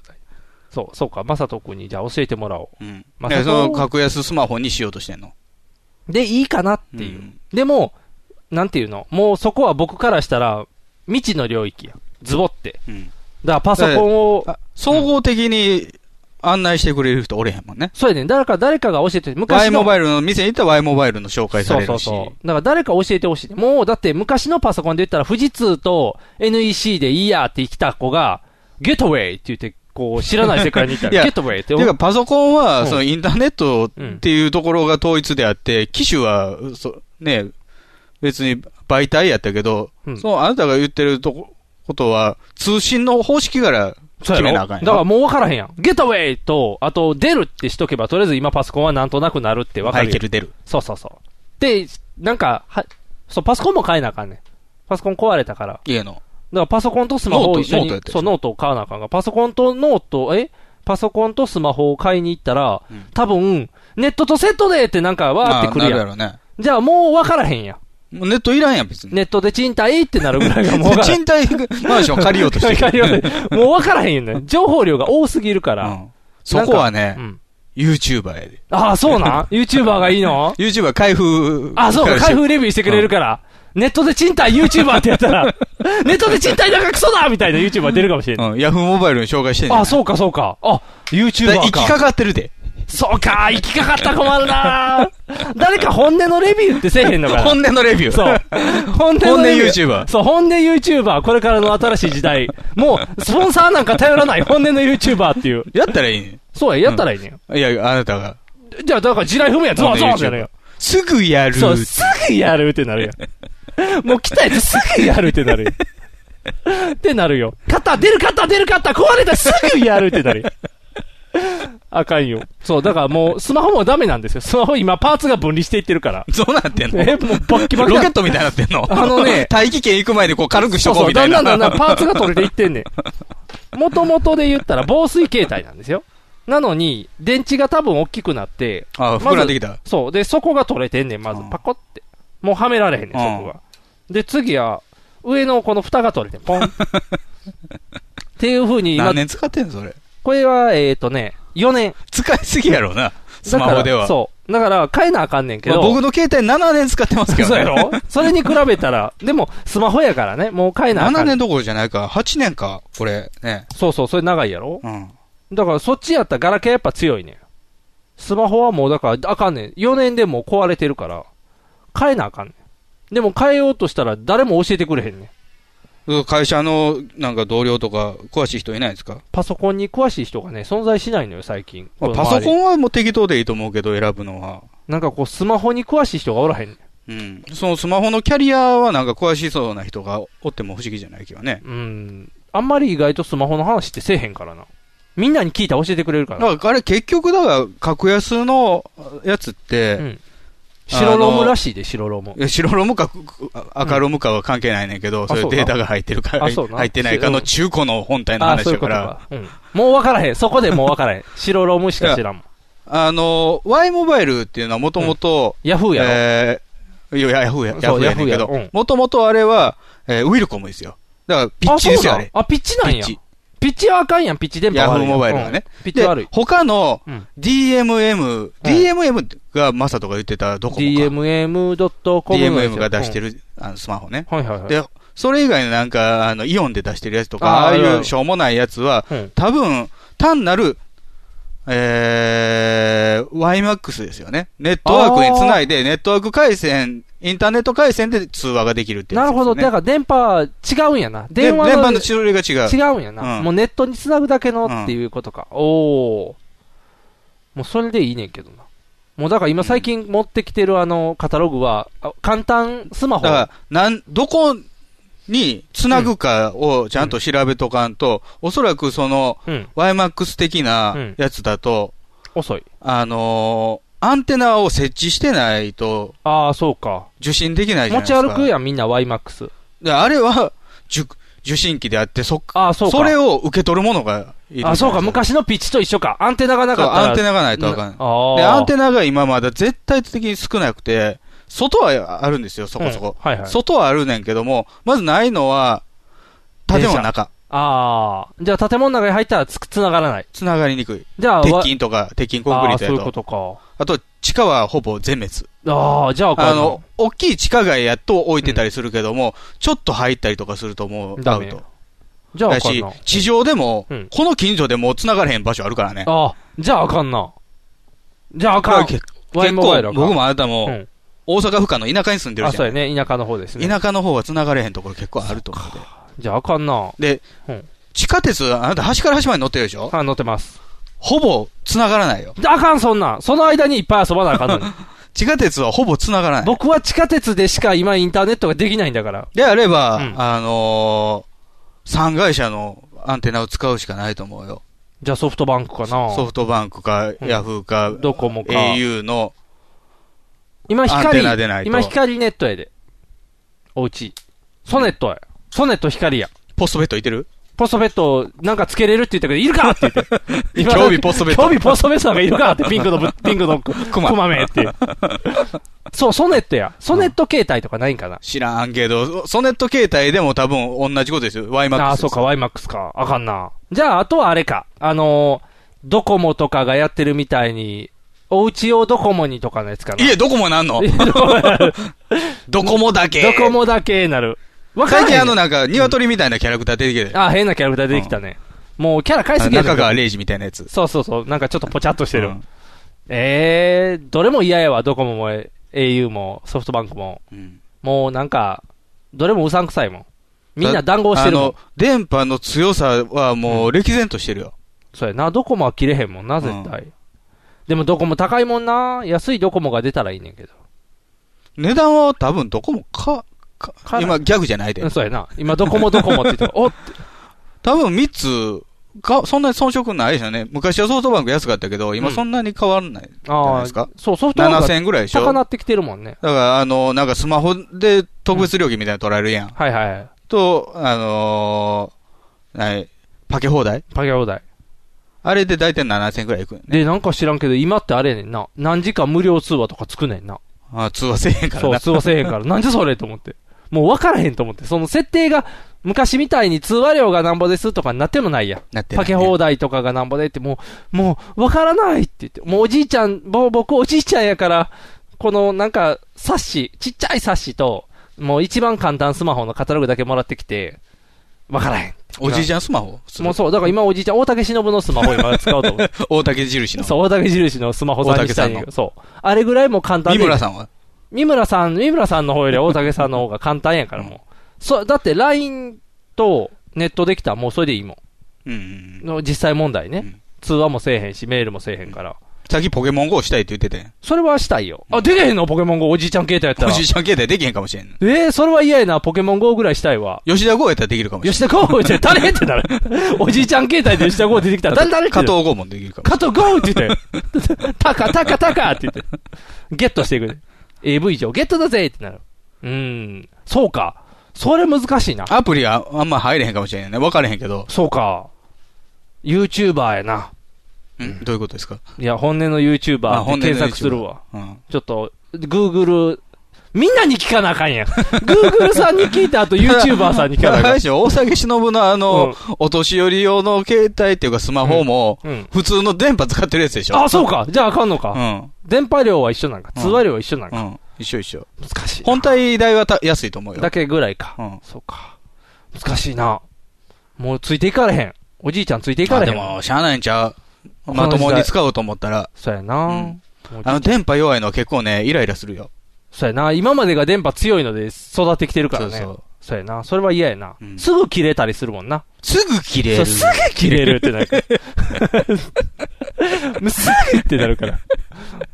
そう、そうか。まさとくんにじゃあ教えてもらおうん。まあだからそこその格安スマホにしようとしてんの。う。で、いいかなっていう。うんでも、なんていうのもうそこは僕からしたら、未知の領域や。ズボって。うん。だからパソコンを、あ総合的に案内してくれる人おれへんもんね。そうやねん。誰か、誰かが教えて、 Y 昔のモ。バイルの店に行ったら Y モバイルの紹介されるし。そうそうそう。だから誰か教えてほしい。もうだって昔のパソコンで言ったら富士通と NEC でいいやって生きた子が、ゲートウェイって言って、こう知らない世界に行った いら、やゲートウェイってていうか、パソコンうんは、そのインターネットっていうところが統一であって、機種は、そね、別に媒体やったけど、うんそのあなたが言ってるとこことは、通信の方式から決めなあかんやだろからもう分からへんやん。ゲートウェイと、あと出るってしとけば、とりあえず今パソコンはなんとなくなるって分か入るってやん。る出る。そうそうそう。で、なんか、は、そう、パソコンも買えなあかんねん。パソコン壊れたから。だか家の。らパソコンとスマホを一緒ノートノートやにった、でしょそう、ノートを買わなあかんが。パソコンとノート、えパソコンとスマホを買いに行ったら、うん多分、ネットとセットでってなんかわーってくなるやるやん。ろね。じゃあもう分からへんやん。もうネットいらんやん、別に。ネットで賃貸ってなるぐらいがもう分からへん。賃貸マンション借りようと して借りようる。としてもう分からへんねん。情報量が多すぎるかうら。んそこはねう、ん。 YouTuber やで。ああ、そうなん ?YouTuber がいいの YouTuber 開封。あ、そうか、開封レビューしてくれるから。ネットで賃貸 YouTuber ってやったら、 ネットで賃貸なんかクソだみたいな YouTuber 出るかもしれない。うん、ヤフーモバイルに紹介してんじゃんあ、そうか、そうか。あ、だから YouTuber 行きかか。かってる で。そうか、行きかかったら困る な誰か本音のレビューってせえへんのかな本音のレビュー。 そう。本音本音のレビュ YouTuber そう、本音 YouTuber。これからの新しい時代。もう、スポンサーなんか頼らない本音の YouTuber っていう。やったらいいねそうや、やったらいいねん。いや、あなたが。じゃあ、だから地雷踏むやん、ゾワゾワってやるよ。すぐやる。そう、すぐやるってなるやん。 もう来たやつすぐやるってなるよ。ってなるよ。肩出る肩出る肩壊れたすぐやるってなるよ。あかんよ。そう、だからもうスマホもダメなんですよ。スマホ今パーツが分離していってる から。どうなってんのえ、もうバッキバキロだケットみたいになってんのあのね 大気圏行く前でこう軽くしそとうこうそう、みただいんな。だんだんだんパーツが取れていってんねん。もともとで言ったら防水形態なんですよ。なのに、電池が多分大きくなって、 あ、膨らんできた。そう。で、そこが取れてんねん、まずうん。パコって。もうはめられへんねん、うんそこが。で、次は、上のこの蓋が取れてん、 ポン。っていう風に、今何、年使ってんのそれ。これは、えっ、とね、4年。使いすぎやろな。スだからマホでは。そう。だから、変えなあかんねんけまあど。僕の携帯7年使ってますけどそうやね。 ろそれに比べたら、でも、スマホやからね、もう変えなあか7ん、ね年ん。どころじゃないか。8年か。これ、ね。そうそう、それ長いやろうん。だから、そっちやったらガラケーやっぱ強いねん。スマホはもう、だから、あかんねん。4年でもう壊れてるから、変えなあかんねん。でも、変えようとしたら、誰も教えてくれへんねん。会社のなんか同僚とか詳しい人いないですか、パソコンに詳しい人がね、存在しないのよ、最近。まあこのパ周ソりコンはもう適当でいいと思うけど、選ぶのは。なんかこう、スマホに詳しい人がおらへん。うん。そのスマホのキャリアはなんか詳しそうな人がおっても不思議じゃない気はね。うん。あんまり意外とスマホの話ってせえへんからな。みんなに聞いたら教えてくれるから。だからあれ結局だから格安のやつって、うん。白ロムらしいで、白ロムい。や白ロムかく赤ロムかは関係ないねんけど、それそうだデータが入ってるかあ入そうなってないかの中古の本体の話だから。あそういうことか。うん。もう分からへん。そこでもう分か らへん。白ロムしか知らんもん。あの、Y モバイルっていうのはもともと、ヤフーやろ。えー、いや、ヤフーや、ヤそフーうやねんけヤフーやうんど、もともとあれは、えーウィルコムですよ。だから、ピッチですよ、あれ。あ、ピッチなんや。ピッチピッチはあかんやん、ピッチ電波ヤフー悪いやん。モバイルはねうん。ピッチで悪い、。他のうん DMM、DMM がマサとか言ってたドコモか。 dmm.com。 DMM が出してる。る、あのスマホね。はいはいはい。で、それ以外のなんか、あの、イオンで出してるやつとか、ああーああるあいるうしょうもないやつは、うん多分、単なる、えー、YMAX ですよね。ネットワークにつないで、ネットワーク回線、インターネット回線で通話ができるってやなつるですほよ、ど。ね。だから電波は違うんやな。で電電波話のの種類が違う。違うんやな。うんもうネットにつなぐだけのっていうことか。おー。もうそれでいいねんけどな。もうだから今最近持ってきてるあのカタログは、あ簡単スマだホ。から、なん、どこに繋ぐかをちゃんと調べとかんと、おそらくその、うん。 YMAX 的うんなやつだと、遅い。あのーアンテナを設置してないとああ、そうか。受信できないじゃ持ないですちか。歩くやん、みんな YMAX。であれは受受信機であって、そっかああ、そうか。それを受け取るものがいるじゃないあ、ですそうか、昔のピッチと一緒か。アンテナがなそうかったら。アンテナがないとあかん。あーで、アンテナが今まだ絶対的に少なくて、外はあるんですよ、そこそこ。うんはいはい外はあるねんけども、まずないのは、建物の中。ああ。じゃあ建物の中に入ったらつく、つながらない。つながりにくい。じゃあ、鉄わ筋とか、鉄筋コンクあリあーー、トそうやいうと。ことか。あと、地下はほぼ全滅。ああ、じゃあわかあるなの、大きい地下街やっと置いてたりするけども、ちょっと入ったりとかするともうダアメウト。じゃあわだかんしな。、地上でも、うんこの近所でもう繋がれへん場所あるからね。ああ、じゃああかんな。じゃああかだん。からけ Y 結モバイ構、ルあかん僕もあなたも、うん大阪府下の田舎に住んでるあ、じそゃ。うんやね。田舎の方ですね。田舎の方は繋がれへんところ結構あると思うんで。じゃああかんな。地下鉄、あなた端から端まで乗ってるでしょあ、乗ってます。ほぼ繋がらないよ。じゃああかん、そんなん。その間にいっぱい遊ばなあかん のに。地下鉄はほぼ繋がらない。僕は地下鉄でしか今インターネットができないんだから。であれば、うんあのー、3会社のアンテナを使うしかないと思うよ。じゃあソフトバンクかな。ソフトバンクか、うんヤフーか、ドコモか。 au の、今アン光テナでない、と今光ネットやで。おうち。ソネットや。ソネット光や。ポストベットいてるポストベットなんかつけれるって言ったけど、いるかって言って。今 興味ポストベット興味ポストベットなんかいるかって、ピンクのぶ、ピンク のくクマまめって。そう、ソネットや。ソネット携帯とかないんかな。知らんけど、ソネット携帯でも多分同じことですよ。YMAX です。ああ、そうか、YMAX か。あかんな。じゃあ、あとはあれか。あのー、ドコモとかがやってるみたいに、おうち用ドコモにとかのやつかな。い え、ドコモなんのドコモだけ。ドコモだけなる。わか最んない近あのなんか、鶏みたいなキャラクター出てきてる。あ、変なキャラクター出てきたね。もうキャラ変えあすのぎやろ中川玲治みたいなやつ。そうそうそう。なんかちょっとぽちゃっとしてる。うんえー、どれも嫌やわ。ドコモも au もソフトバンクも。うんもうなんか、どれもうさんくさいもん。みんな談合してるもあんの。、電波の強さはもう歴然としてるよ。そうやな。ドコモは切れへんもんな、絶対。でもドコモ高いもんな。安いドコモが出たらいいねんけど。値段は多分ドコモか、かか今ギャグじゃないでうん。そうやな。今ドコモドコモって言って も、おっ多分3つが、そんなに遜色ないですよね。昔はソフトバンク安かったけど、今そんなに変わらない。じゃないあですかーそう、ソフトバンク7000が円ぐらいでしょ高だなかってきてるもんね。ら、あの、なんかスマホで特別料金みたいなの取られるやん。はいはい。と、あのー、はい、パケ放題パケ放題。あれで大体7000円ぐらいいくんよね。で、なんか知らんけど、今ってあれやねんな。何時間無料通話とかつくねんな。あ通話せえへんからそう、な。通話せえへんから。なんじゃそれと思って。もう分からへんと思って。その設定が、昔みたいに通話料がなんぼですとかになってもないやん。なってなパいケね放題とかがなんぼでって、もう、もう、分からないって言って。もうおじいちゃん、もう僕おじいちゃんやから、このなんか、冊子、ちっちゃい冊子と、もう一番簡単スマホのカタログだけもらってきて、分からへん。おじいちゃんスマホもうそう、だから今おじいちゃん、大竹しのぶのスマホ今使おうと 思って。大竹印の。そう、大竹印のスマホさんにしたいんやけどそう。あれぐらいもう簡単三で。村さんは三村さん、三村さんの方より大竹さんの方が簡単やからもう。そう、だって LINE と、ネットできたらもうそれでいいもうんうんん。うん。の実際問題ね、うん通話もせえへんし、メールもせえへんから。さっきポケモン GO したいって言ってたやん。それはしたいよ。あ、出てへんのポケモン GO おじいちゃん携帯やったおら。じいちゃん携帯できへんかもしれんの。えー、それは嫌やな。ポケモン GO ぐらいしたいわ。吉田 GO やったらできるかもしれん。吉田 GO って誰ってなる。おじいちゃん携帯で吉田 GO 出てきたら、誰誰って加言う。藤 GO もできるかもし加藤 GO って言って。タカ、タカ、タカって言って。ゲットしていく。AV 上ゲットだぜってなる。うーん。そうか。それ難しいな。れん。アプリはあんま入れへんかもしれんね。分かれへんけど。そうか。YouTuber やな。うん。どういうことですかいや、本音の YouTuber あって本音の検索するわ。うん。ちょっと、Google、みんなに聞かなあか んやん。Google さんに聞いた後 YouTuber さんに聞かなああ かれでしょ大崎忍のあの、お年寄り用の携帯っていうかスマホも、ん。うん。普通の電波使ってるやつでしょあ、そうか。じゃああかんのか。うん。電波量は一緒なんか。うん通話量は一緒なんうか。ん。一緒一緒。難しいな。本体代はた安いと思うよ。だけぐらいか。うん。そうか。難しいな。もうついていかれへん。おじいちゃんついていかあれへでん。も、しゃあないんちゃう。この時代まともに使おうと思ったら。そうやな。うんもうあの、電波弱いのは結構ね、イライラするよ。そうやな。今までが電波強いので育ってきてるからね。そうそうそうやな。それは嫌やな。うんすぐ切れたりするもんな。すぐ切れる。そうすぐ切れるっ てなるから。もうすぐってなるから。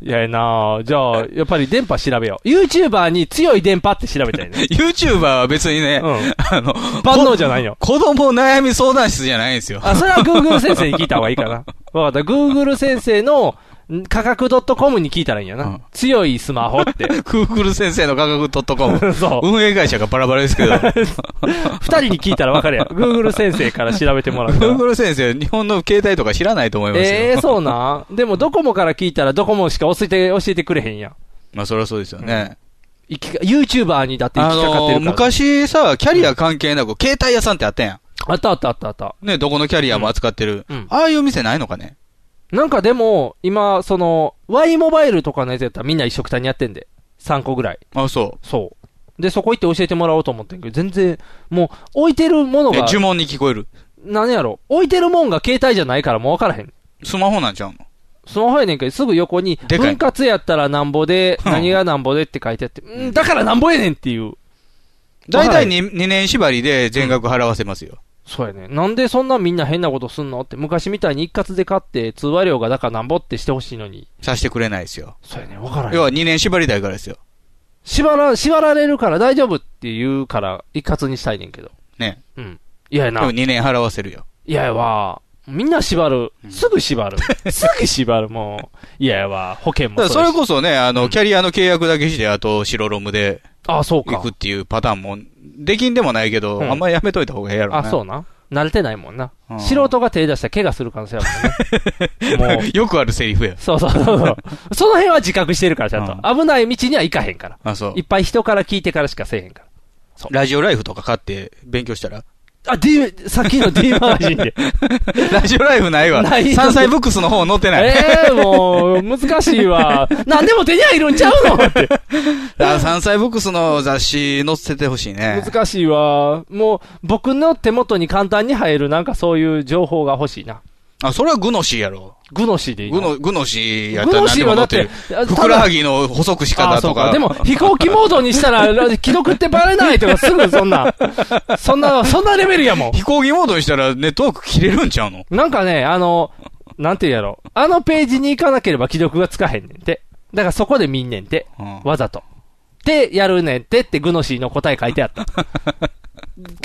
いややなじゃあ、やっぱり電波調べよう。YouTuber に強い電波って調べ たいね。 YouTuber は別にね、うあの、ん。万能じゃないよ。子供悩み相談室じゃないんですよ。あ、それは Google 先生に聞いた方がいいかな。わかった。Google 先生のん価格 .com に聞いたらいいんやな。うん強いスマ ホって。 Google 先生の価格 .com。 そう。運営会社がバラバラですけど、 二人に聞いたらわかるやん。Google 先生から調べてもらうから。 Google 先生、日本の携帯とか知らないと思いますよ。ええー、そ うなんでもドコモから聞いたらドコモしか教えて、教えてくれへんやん。まあ、そりゃそうですよね。生きか YouTuber にだって行あきかかっのてーるから。昔さ、キャリア関係なく、携帯屋さんってあったやあったあったあったあった。ん。ね、どこのキャリアも扱ってる。うんうんああいう店ないのかねなんかでも、今、その、Y モバイルとかのやつやったらみんな一緒くたにやってんで。3個ぐらい。あ、そそう。で、そこ行って教えてもらおうと思ってんけど、全然、もう、置いてるものう。えが、呪文に聞こえる。何やろ、置いてるもんが携帯じゃないからもう分からへん。スマホなんちゃうのスマホやねんけど、すぐ横に、でかい分割やったらなんぼで、うん何がなんぼでって書いてあって、うん、だからなんぼやねんっていう。大体 2, 2年縛りで全額払わせますよ。そうやね。なんでそんなみんな変なことすんのって、昔みたいに一括で買って、通話料がだからなんぼってしてほしいのに。さしてくれないですよ。そうやね、分からへ要ん。は2年縛りだからですよ。縛ら、縛られるから大丈夫って言うから、一括にしたいねんけど。ね。うん。嫌やでなも。2年払わせるよ。嫌やわ。みんな縛る。すぐ 縛る。すぐ縛る、もう。嫌やわ。保険だからもそそうれやし。こそね、あの、キャリアの契約だけして、あと、白ロムであ、そう行かくっ。ていうパターンも、できんでもないけど、うんあんまやめといた方がええやろな。あ、そうな。慣れてないもんな。うん素人が手出したら怪我する可能性あ るもんね。もう。 よくあるセリフや。そうそうそうそう。その辺は自覚してるから、ちゃんと。危ない道には行かへんから。あ、そういっ。ぱい人から聞いてからしかせえへんから。ラジオライフとか買って勉強したら あ、D、さっきの D マガジン で。ラジオライフないわ。ない山菜ブックスの方載ってない。 ええもう、難しい わ。何でも手に入るんちゃう のって。あ山菜ブックスの雑誌載せてほしいね。難しいわ。もう、僕の手元に簡単に入る、なんかそういう情報が欲しいな。あ、それはグノシーやろ。グノシーでいいグなノ、グノシーやっグたらノ何シでーもはだ載っっててる。、あふくらはぎの補足しあ方そとうか。か。でも、飛行機モードにしたら、 既読ってバレないとか、すぐそんな、そんな、そんなレベルやもん。飛行機モードにしたらネットワーク切れるんちゃうのなんかね、あの、なんて言うやろ。あのページに行かなければ既読がつかへんねんて。だからそこで見んねんて。うんわざと。で、やるねんてってグノシーの答え書いてあ った。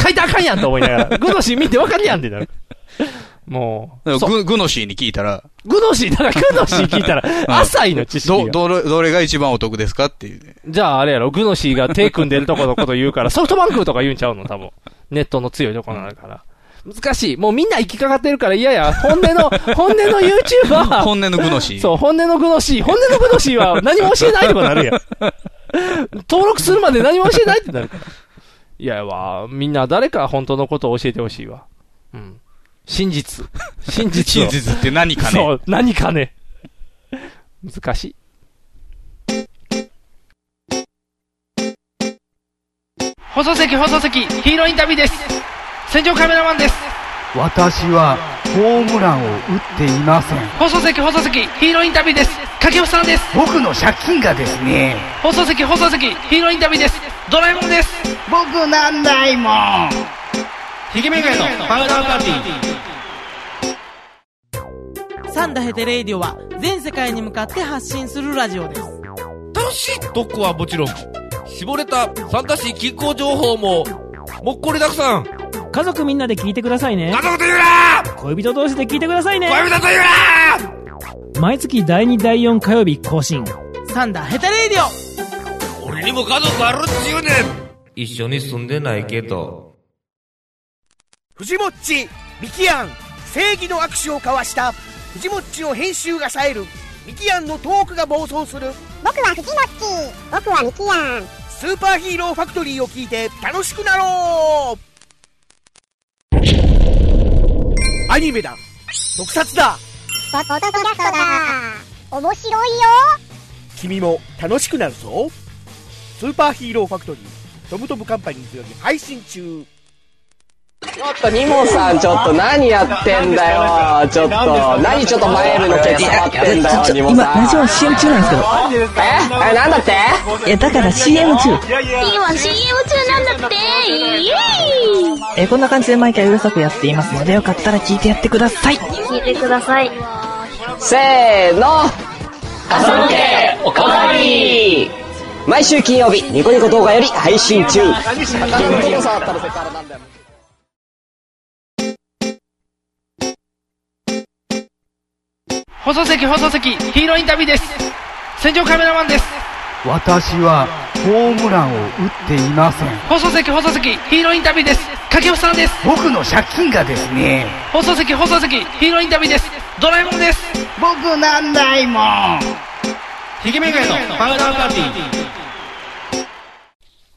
書いてあかんやんと思いながら。グノシー見てわかるやんってなる。もう、だかそうらググノシーに聞いたら、グノシー、だからグノシー聞いたら、浅いの知識ど、が。どれ、どれが一番お得ですかっていう。じゃああれやろ、グノシーが手組んでるとこのこと言うから、ソフトバンクとか言うんちゃうの、多分。ネットの強いとこなるから。難しい。もうみんな行きかかってるから嫌や。本音の、本音の YouTuber。本音のグノシー。そう、本音のグノシー。本音のグノシーは何も教えないとかなるやん。登録するまで何も教えないってなるから。いやわ、みんな誰か本当のことを教えてほしいわ。うん。真実。真実真を。実って何かそね。う、何かね。難しい。放送席放送席ヒーローインタビューです戦場カメラマンです私はホームランを打っていません放送席放送席ヒーローインタビューです掛布さんです僕の借金がですね放送席放送席ヒーローインタビューですドラえもんです僕なんないもんヒゲメガネのパウダーパーティー。サンダヘテレーディオは全世界に向かって発信するラジオです。楽しい特攻はもちろん、絞れた参加し気候情報も、もっこりたくさん。家族みんなで聞いてくださいね家。族と言うな恋人同士で聞いてくださいね。恋人と言うな毎月第2第4火曜日更新。サンダヘテレーディオ俺にも家族あるっちゅうねん一緒に住んでないけど。藤もっちミキアン正義の握手を交わした藤もっちの編集が冴えるミキアンのトークが暴走する僕は藤もっち僕はミキヤンスーパーヒーローファクトリーを聞いて楽しくなろうアニメだ特撮だポポッドキャストだ面白いよ君も楽しくなるぞスーパーヒーローファクトリートムトムカンパニーズより配信中ちょっとニモさんちょっと何やってんだよちょっと何ちょっと前よりの毛触ってんだよニモ今、ラジさんオ CM 中なんですけど。ええなんだってえ、だから CM 中。今 CM 中なんだってイエーイえ、こんな感じで毎回うるさくやっていますので、よかったら聞いてやってください。聞いてくださいせーの朝向けおかわり毎週金曜日ニコニコ動画より配信中放送席、放送席、ヒーローインタビューです。戦場カメラマンです。私はホームランを打っていません放送席、放送席、ヒーローインタビューです。掛布さんです。僕の借金がですね放送席、放送席、ヒーローインタビューです。ドラえもんです。僕なんないもんヒゲメガネのパウダーパーティー。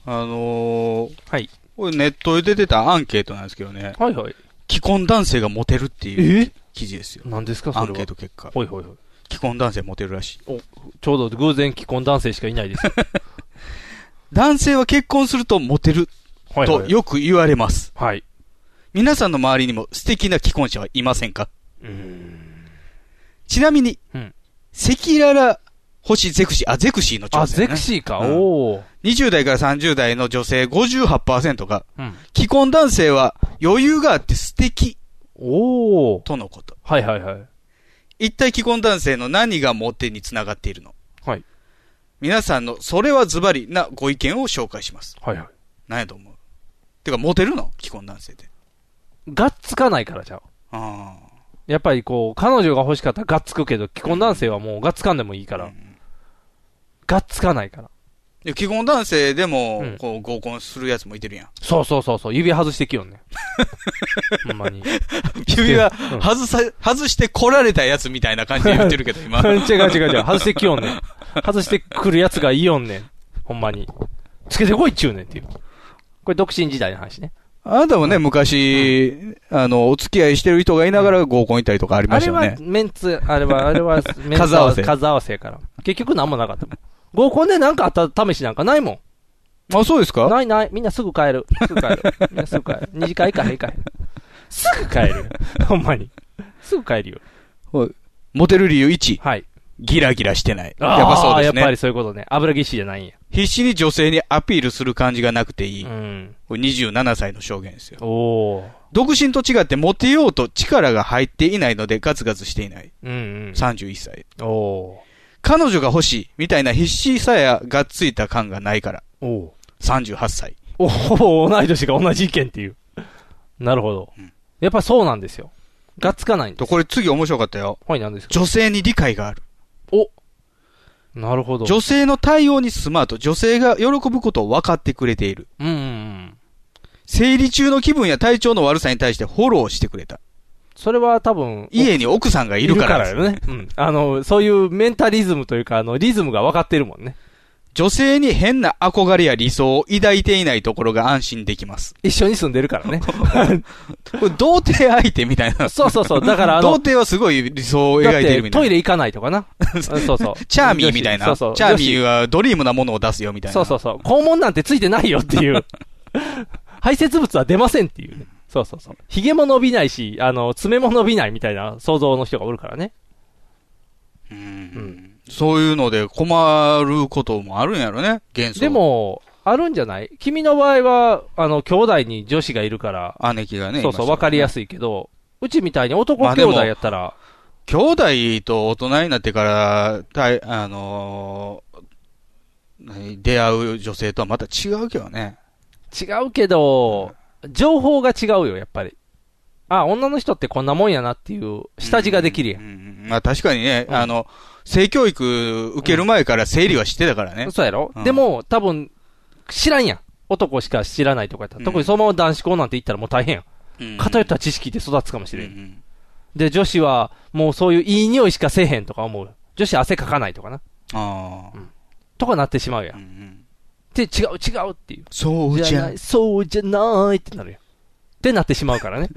あのー、はい。これネットで出てたアンケートなんですけどね、はいはい。既婚男性がモテるっていう記事ですよ。何ですか、そアれは。ンケート結果。はいはいはい。既婚男性モテるらしい。ちょうど偶然既婚男性しかいない ですよ。男性は結婚するとモテるはいはとい。よく言われます。はい。皆さんの周りにも素敵な既婚者はいませんかうーん。ちなみにうん、赤裸々星ゼクシー、あ、ゼクシーの調あ、査、ね。ゼクシーか。うんおー。 20代から30代の女性58%が、うん。既婚男性は余裕があって素敵おー。とのこと。はいはいはい。一体既婚男性の何がモテにつながっているのはい。皆さんのそれはズバリなご意見を紹介します。はいはい。何やと思うてか、モテるの既婚男性って。がっつかないからじゃう。ああ。やっぱりこう、彼女が欲しかったらがっつくけど、既婚男性はもうがっつかんでもいいからう。んがっつかないから。で既婚男性でも、うんこう合コンするやつもいてるやん。そうそうそうそう、指外してきよん ね。ほんまに。指輪うん外さ、外して来られたやつみたいな感じで言ってるけど、 今。違う違う違う、外してきよんねん。外してくるやつがいよんねん。ほんまに。つけてこいっちゅうねんっていう。これ独身時代の話ね。あなたもね、昔、あの、お付き合いしてる人がいながら合コン行ったりとかありあましれたよね。はメンツ、あれは、あ れは、メンツ数合わせ数合わせやから。結局なんもなかったもん。合コンでなんかあった試しなんかないもあそうですん。かないない。みんなすぐ帰る。すぐ帰 る。みんなすぐ帰る。二次会行かへん行かへん。すぐ帰 る。ほんまに。すぐ帰るよ。モテる理由1、はい。ギラギラしてない。あーやっぱそうですやっぱねり。そういうことね。油ぎっしりじゃないんや。必死に女性にアピールする感じがなくていい。うん。これ27歳の証言ですよ。おー。独身と違ってモテようと力が入っていないのでガツガツしていない。うん31歳。うん。おー。彼女が欲しいみたいな必死さやがっついた感がないから。おー。 38歳。お ほぼ同い年が同じ意見っていう。なるほど。やっぱそうなんですよ。がっつかないんでと、す。これ次面白かったよ。はい、なんですか女性に理解がある。なるほど。女性の対応にスマート。女性が喜ぶことを分かってくれている。うんうんうん。生理中の気分や体調の悪さに対してフォローしてくれた。それは多分、家に奥さんがいるからですいよね。うん。あの、そういうメンタリズムというか、あの、リズムが分かってるもんね。女性に変な憧れや理想を抱いていないところが安心でき ます。一緒に住んで るからね。これ童貞相手みた いな。そうそうそう。だから、あ童の、貞はすごい理想をだっ描いているみたトイいな。レ行かないと かな。うんそうそう。チャーミーみたいな。そうそう。チャーミ女ー子はドリームなものを出すよみたいな。そうそうそう。肛門なんてついてないよって いう。排泄物は出ませんっていうね。そうそうそう。髭も伸びないし、あの、爪も伸びないみたいな想像の人がおるからね。うんそういうので困ることもあるんやろね、幻想。で、も、あるんじゃない君の場合は、あの、兄弟に女子がいるから、姉貴がね、そうそう、いまわしたかりやすいけど、うちみたいに男兄弟やったら、兄弟と大人になってから、たいあのー何出会う女性とはまた違うけどね。違うけど、情報が違うよ、やっぱり。あ、女の人ってこんなもんやなっていう、下地ができるやん。まあ確かにね、あの、性教育受ける前から整理はしてたからね。そうやろ、うんでも、多分、知らんやん。男しか知らないとかやったら、うん特にそのまま男子校なんて行ったらもう大変やん。うん偏った知識で育つかもしれん。で、女子は、もうそういういい匂いしかせえへんとか思う。女子汗かかないとかな。ああ、とかなってしまうやん。で、違う違うっていう。そうじゃんない、そうじゃないってなるやん。ってなってしまうからね。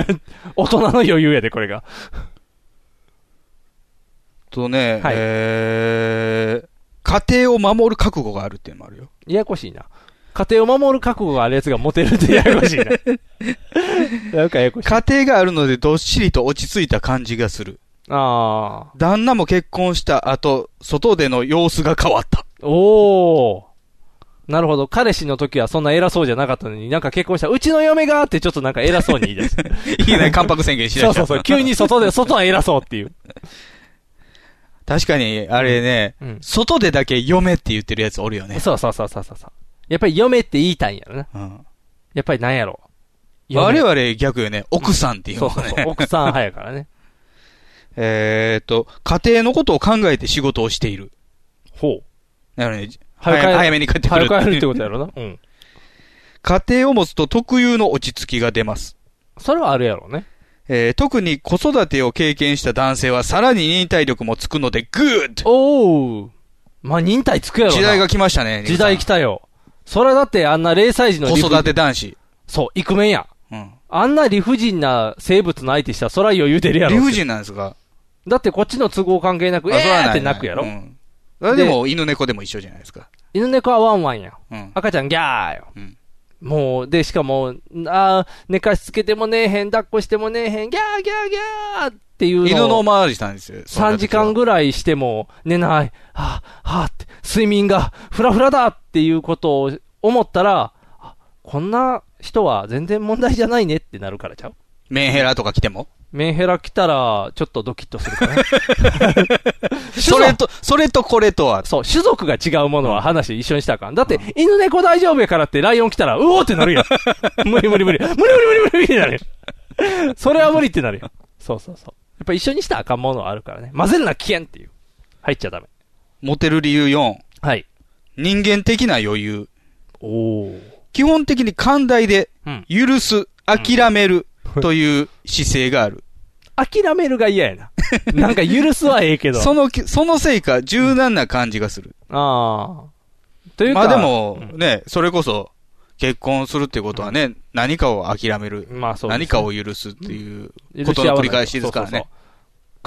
大人の余裕やで、これが。とね、えー家庭を守る覚悟があるっていうのもあるよ。ややこしいな。家庭を守る覚悟があるやつがモテるってややこし いな。なんかややこしい。家庭があるのでどっしりと落ち着いた感じがする。あ旦那も結婚した後、外での様子が変わった。あ。おー。なるほど。彼氏の時はそんな偉そうじゃなかったのに、なんか結婚した。うちの嫁がってちょっとなんか偉そうに言い出す。いきなり関白宣言し そだうした。そうそう。 急に外で、外は偉そうっていう。確かに、あれね、外でだけ嫁って言ってるやつおるよね。そうそうそうそうそう。やっぱり嫁って言いたいんやろな。やっぱりなんやろ。我嫁々逆よね、奥さんっていうそのうねそう そう。奥さん派やからね。えーっと、家庭のことを考えて仕事をしている。ほう。なので、早く帰早る早めに帰ってくる早く帰るってことやろな。うん。 家庭を持つと特有の落ち着きが出ます。それはあるやろね。えー特に子育てを経験した男性はさらに忍耐力もつくので、グッドおー。まあ、忍耐つくやろな時代が来ましたね。時代来たよ。それはだってあんな0歳児の子育てだ。男子。そう、イクメンや。うん。あんな理不尽な生物の相手したらそら余裕出るやろ。理不尽なんですかだってこっちの都合関係なく、あえそらないーって泣くやろ。うんあれでも、犬猫でも一緒じゃないですか。犬猫はワンワンや。うん赤ちゃんギャーよ。もう、で、しかも、あー寝かしつけてもねえへん、抱っこしてもねえへん、ギャーギャーギャーっていうのを犬のおまわりしたんですよ。そん3な時時間ぐらいしても寝ない、はあ、はあって、睡眠がフラフラだっていうことを思ったら、あこんな人は全然問題じゃないねってなるからちゃうメンヘラとか来てもメンヘラ来たら、ちょっとドキッとするかな。それと、それとこれとは。そう、種族が違うものは話一緒にしたらあかん。だって、犬猫大丈夫やからってライオン来たら、うおーってなるやん。無理無理無理。無理無理無理無理ってなるやん。それは無理ってなるやん。そうそうそう。やっぱ一緒にしたらあかんものはあるからね。混ぜるな危険っていう。入っちゃダメ。モテる理由4。はい。人間的な余裕。お基本的に寛大でうん、許す、諦めるという姿勢がある。諦めるが嫌やな。なんか許すはええけど。そのき、そのせいか、柔軟な感じがする。ああ。というまか、あで、も、ね、それこそ、結婚するってことはね、何かを諦める、まあそうです何ねかを許すっていう許し合わないことの繰り返しですからね。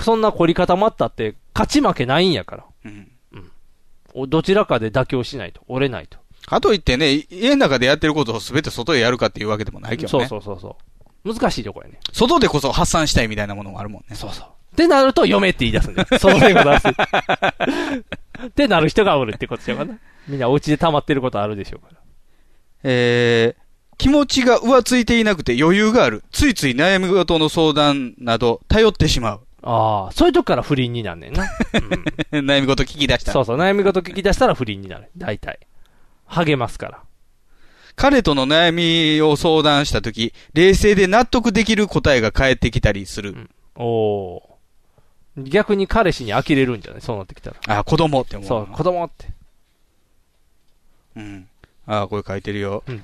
そんな凝り固まったって、勝ち負けないんやから。うんおどちらかで妥協しないと。折れないと。かといってね、家の中でやってることを全て外でやるかっていうわけでもないけどそね。うそうそうそう。難しいとこやね。外でこそ発散したいみたいなものもあるもんね。そうそう。ってなると、嫁って言い出す んだよ。その最後出す。ってなる人がおるってことちゃうかな。みんなお家で溜まってることあるでしょうから。えー気持ちが浮ついていなくて余裕がある。ついつい悩み事の相談など頼ってしまう。 ああ、そういうとこから不倫になんねんな。悩み事聞き出した。そうそう、悩み事聞き出したら不倫になる。大体。励ますから。彼との悩みを相談したとき、冷静で納得できる答えが返ってきたりする。おおー逆に彼氏に呆れるんじゃないそうなってきたら。あ、子供って思う。そう、子供って。うん。あ、これ書いてるよ。うん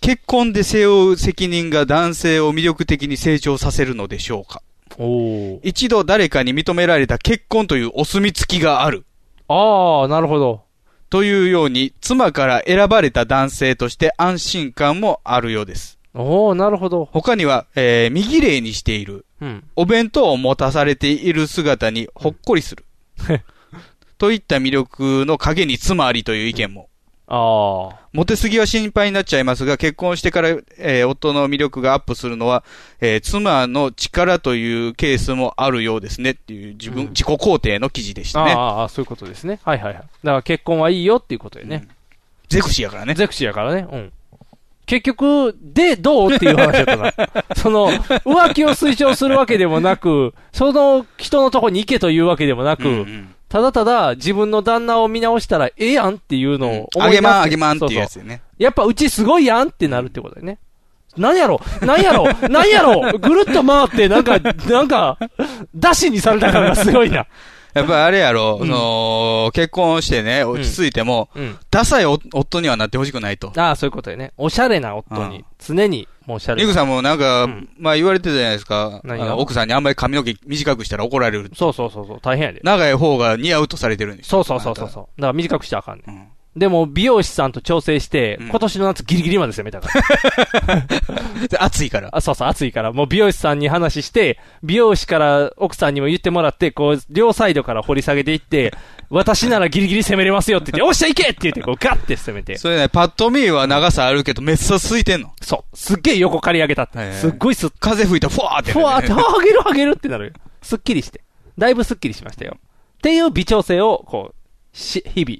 結婚で背負う責任が男性を魅力的に成長させるのでしょうか。お一度誰かに認められた結婚というお墨付きがある。ああ、なるほど。というように、妻から選ばれた男性として安心感もあるようです。おおなるほど。他には、えー、身綺麗にしている。うん。お弁当を持たされている姿にほっこりする。といった魅力の陰に妻ありという意見も。ああ。モテすぎは心配になっちゃいますが、結婚してから、えー夫の魅力がアップするのは、えー妻の力というケースもあるようですねっていう自分、うん自己肯定の記事でしたあね。あああ、そういうことですね。はいはいはい。だから結婚はいいよっていうことよね。ゼクシーやからね。ゼクシーやからね。うん。結局、で、どうっていう話 だったな。その、浮気を推奨するわけでもなく、その人のとこに行けというわけでもなく、ただただ自分の旦那を見直したらええやんっていうのを思い出あげして、まんあげまんっていうやつよねそそやっぱうちすごいやんってなるってことだよね。なんやろなんやろなんやろぐるっと回って、なんか、なんか、出しにされた感がすごいな。やっぱりあれやろ、その、結婚してね、落ち着いても、うんダサいお夫にはなってほしくないと。ああ、そういうことよね。おしゃれな夫に、常に、もうおしゃれな。リグさんもなんか、まあ言われてたじゃないですか。何があの奥さんにあんまり髪の毛短くしたら怒られる。そうそうそうそう、大変やで。長い方が似合うとされてるんですそうそうそうそうそう。だから短くしちゃあかんね、ん。でも、美容師さんと調整して、今年の夏ギリギリまで攻めたから。暑いから。あ、そうそう、暑いから。もう美容師さんに話して、美容師から奥さんにも言ってもらって、こう、両サイドから掘り下げていって、私ならギリギリ攻めれますよって言って、おっしゃいけって言って、こう、ガッて攻めて。それね、パッと見は長さあるけど、めっさ空いてんの。そう。すっげえ横刈り上げたって。すっごい すっ風吹いたら、ふわーって、ふわーって、あー、あげるあげるってなるよ。すっきりして。だいぶすっきりしましたよ。っていう微調整を、こう、し、日々。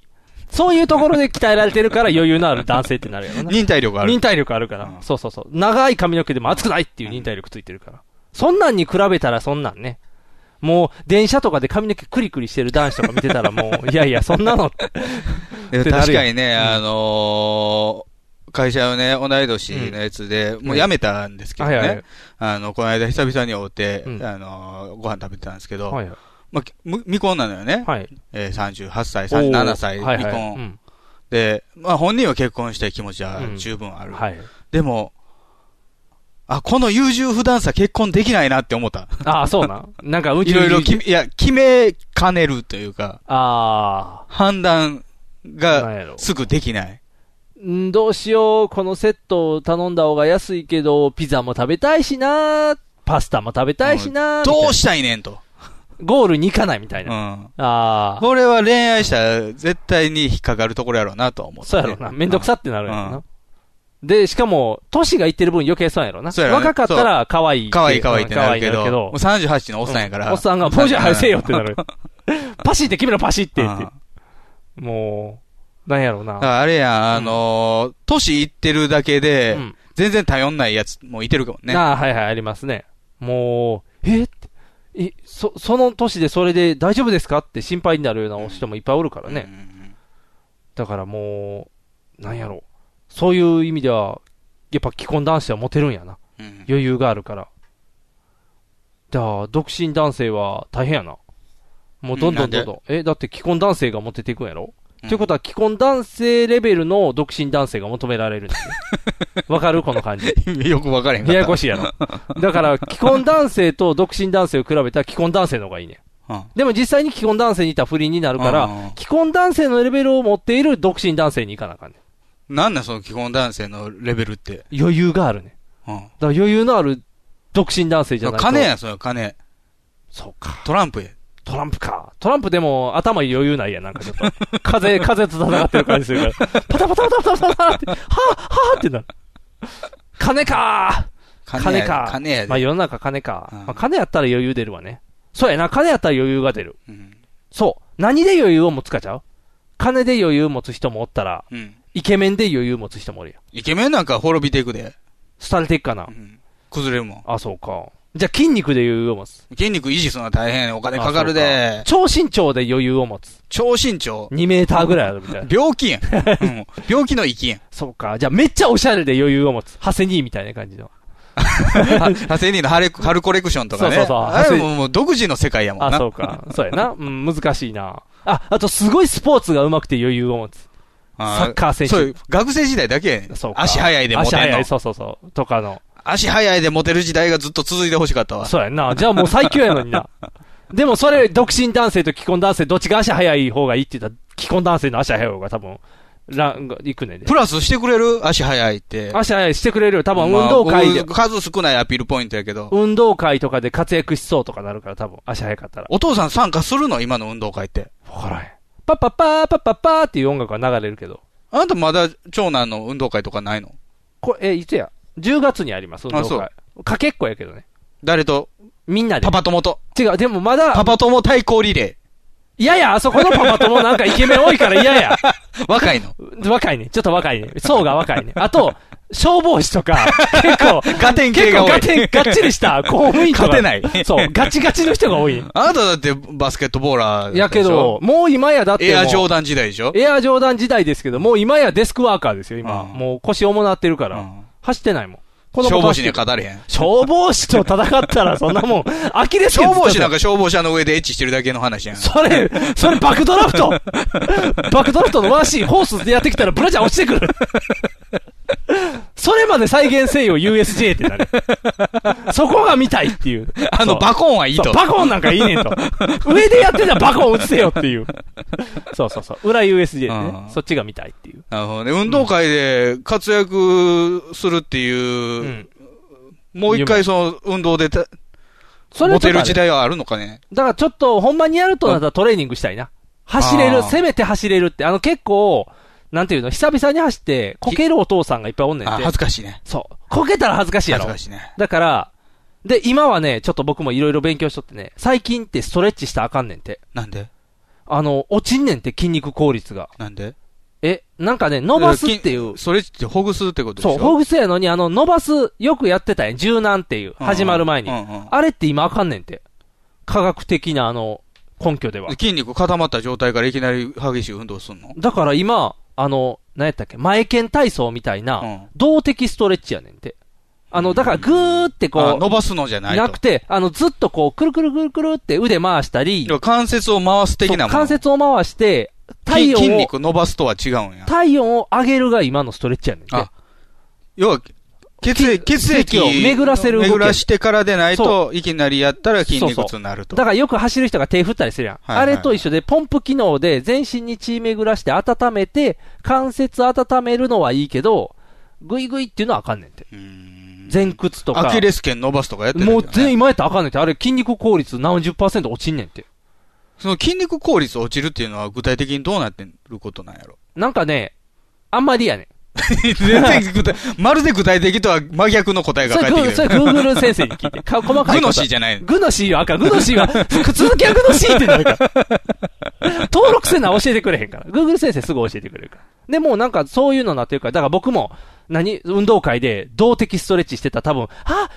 そういうところで鍛えられてるから余裕のある男性ってなるよね。 忍耐力ある忍耐力あるから。そうそうそう。長い髪の毛でも熱くないっていう忍耐力ついてるから。そんなんに比べたらそんなんね。もう、電車とかで髪の毛クリクリしてる男子とか見てたらもう、いやいや、そん なのって。でってな確るよかにね、あのー会社のね、同い年のやつで、もう辞めたんですけどね、はいはいあの、この間久々に会うて、あのーご飯食べてたんですけど、はいはいまあ、む未婚なのよね。えー38歳、37歳、おーはいはい未婚。うんで、まあ本人は結婚したい気持ちは十分ある。でも、あ、この優柔不断さ結婚できないなって思 った。ああ、そうなん。なんか、うちいろいろ き、いや、決めかねるというか、あ判断がすぐできない。んどうしよう、このセットを頼んだ方が安いけど、ピザも食べたいしなパスタも食べたいしなどうしたいいねんと。ゴールに行かないみたいな。ああ。これは恋愛したら絶対に引っかかるところやろうなとは思って。そうやろうな。めんどくさってなるやろうな。で、しかも、歳がいってる分余計そうやろうな。そうやろね若かったら可愛いって。可愛い可愛いってなるけ可愛ど、いもう38のおっさんやから。おっさんが、もうじゃあ早せよってなる。 パシって決めろ、パシってって。もう、なんやろうだかな。らあれやん、あのー、年いってるだけで、全然頼んないやつもいてるかもね。ああ、はいはい、ありますね。もう、えってえ、そ、その年でそれで大丈夫ですかって心配になるような人もいっぱいおるからね。だからもう、なんやろう。そういう意味では、やっぱ既婚男子はモテるんやな。余裕があるから。だから、独身男性は大変やな。もうどんどんどんどん。うえ、だって既婚男性がモテていくんやろ、ということは、既婚男性レベルの独身男性が求められるん ですよわかるこの感じ。 よくわかれへんかったややこしいやろ。だから、既婚男性と独身男性を比べたら既婚男性の方がいいね。うんでも実際に既婚男性にいたら不倫になるから、うん既婚男性のレベルを持っている独身男性に行かなあかんね。なんなんその既婚男性のレベルって。余裕があるね。うん。だから余裕のある独身男性じゃないと。金や、それは金。そうか。トランプや。トランプか。トランプでも頭余裕ないやん、なんかちょっと。 風、風と戦ってる感じするから。パタパタパタパタパタって、はぁ、はぁってなる。金か金や金か金やでまあ世の中金か。まあ金やったら余裕出るわね。そうやな、金やったら余裕が出る。そう。何で余裕を持つかちゃう金で余裕持つ人もおったら、うんイケメンで余裕持つ人もおるやん。イケメンなんか滅びていくで。廃れていくかな。崩れるもん。あ、そうか。じゃあ筋肉で余裕を持つ。筋肉維持するのは大変。お金かかるであ。そうか超身長で余裕を持つ。超身長 ?2 メーターぐらいあるみたいな。病気やん。 うん病気の域やん。そうか。じゃあめっちゃおしゃれで余裕を持つ。ハセニーみたいな感じ の。ハセニーのハレハルコレクションとかね。そうそうそうあれももう独自の世界やもんな。あ、そうか。そうやな。うん、難しいな。あ、あとすごいスポーツが上手くて余裕を持つ。あサッカー選手そういう、学生時代だけやねんそうか足早いでモテ足る早のい、。そうそうそう。とかの。足早いでモテる時代がずっと続いてほしかったわ。そうやんな。じゃあもう最強やのにな。でもそれ、独身男性と既婚男性、どっちが足早い方がいいって言ったら、既婚男性の足早い方が多分、ランが、いくねんでプ。ラスしてくれる足早いって。足早いしてくれるよ。多分運動会でま、あ数少ないアピールポイントやけど。運動会とかで活躍しそうとかなるから、多分、足早かったら。お父さん参加するの今の運動会って。わからへん。パッパッパーパッパッパーっていう音楽が流れるけど。あなたまだ長男の運動会とかないのこれ、え、いつや ?10 月にあります、運動あそ会。かけっこやけどね。誰とみんなで。パパ友と。違う、でもまだ。パパ友対抗リレいやいや、あそこのパパ友なんかイケメン多いから嫌や。 若いの若いね。ちょっと若いね。層が若いね。あと、消防士と か、結構、ガテン系が多い結構ガテン、がっちりした公務員とか。勝てないそう、ガチガチの人が 多い。あなただってバスケットボーラーだやったでけしどょ、もう今やだってもう。エアジョーダン時代でしょエアジョーダン時代ですけど、もう今やデスクワーカーですよ、今。もう腰重なってるから。走ってないもん。子供消防士走にっては語れへん。消防士と戦ったらそんなもん、アキレス腱消防士なんかか消防車の上でエッチしてるだけの話やん。それ、それバックド ラフトバックドラフトのワンシーン、ホースでやってきたらブラジャー落ちてくる。それまで再現せよ USJ ってなる。そこが見たいっていう。あのそうバコンはいいとそうバコンなんかいいねんと。上でやってたらバコン落ちてよっていう。そうそうそう。裏 USJ ね。そっちが見たいっていう。なるほどね。運動会で活躍するっていう、もう一回その運動でた、それモちテょっとあれる時代はあるのかね。だからちょっと、ほんまにやるとなったらトレーニングしたいな。走れある、ーせめて走れるって、あの結構、なんていうの、久々に走って、こけるお父さんがいっぱいおんねんあ、て。恥ずかしいね。そう。こけたら恥ずかしいやろ。恥ずかしいね。だから、で、今はね、ちょっと僕もいろいろ勉強しとってね、最近ってストレッチしたらあかんねんて。なんであの、落ちんねんて、筋肉効率が。なんでえ、なんかね、伸ばすっていう。それってほぐすってことでしそょう、ほぐせやのに、あの、伸ばす、よくやってたやん。柔軟っていう、うん始まる前に。うんうんあれって今あかんねんて。科学的な、あの、根拠では。筋肉固まった状態からいきなり激しい運動すんのだから今、あの、何やったっけ、前剣体操みたいな、動的ストレッチやねんて。あの、だからぐーってこあう、伸ばすのじゃないとなくて、あの、ずっとこう、くるくるくるくるって腕回したり、関節を回す的なもの関節を回して、体筋筋温を、肉伸ばすとは違うんや。体温を上げるが今のストレッチやねんて。あ要は、血液、血液を巡らせる動き巡らしてからでないそと、いきなりやったら筋肉痛になると。だからよく走る人が手振ったりするやん。はいはいあれと一緒で、ポンプ機能で全身に血巡らして温めて、関節温めるのはいいけど、グイグイっていうのはあかんねんて。前屈とか。アキレス腱伸ばすとかやってるんだもよう全員今やったらあかんねんて。あれ筋肉効率何十パーセント落ちんねんて。その筋肉効率落ちるっていうのは具体的にどうなってることなんやろ。 なんかね、あんまりやねん。全然具体、まるで具体的とは真逆の答えがそれ返ってきてる。グそれ Google 先生に聞 いて。か細かいこと。グノシーじゃないのグノシーはあかん。グノシーは、続きはグノシーってな るから。登録せな教えてくれへんから。Google 先生すぐ教えてくれるから。で、もうなんかそういうのなってるから、だから僕も、何運動会で動的ストレッチしてたら多分、あ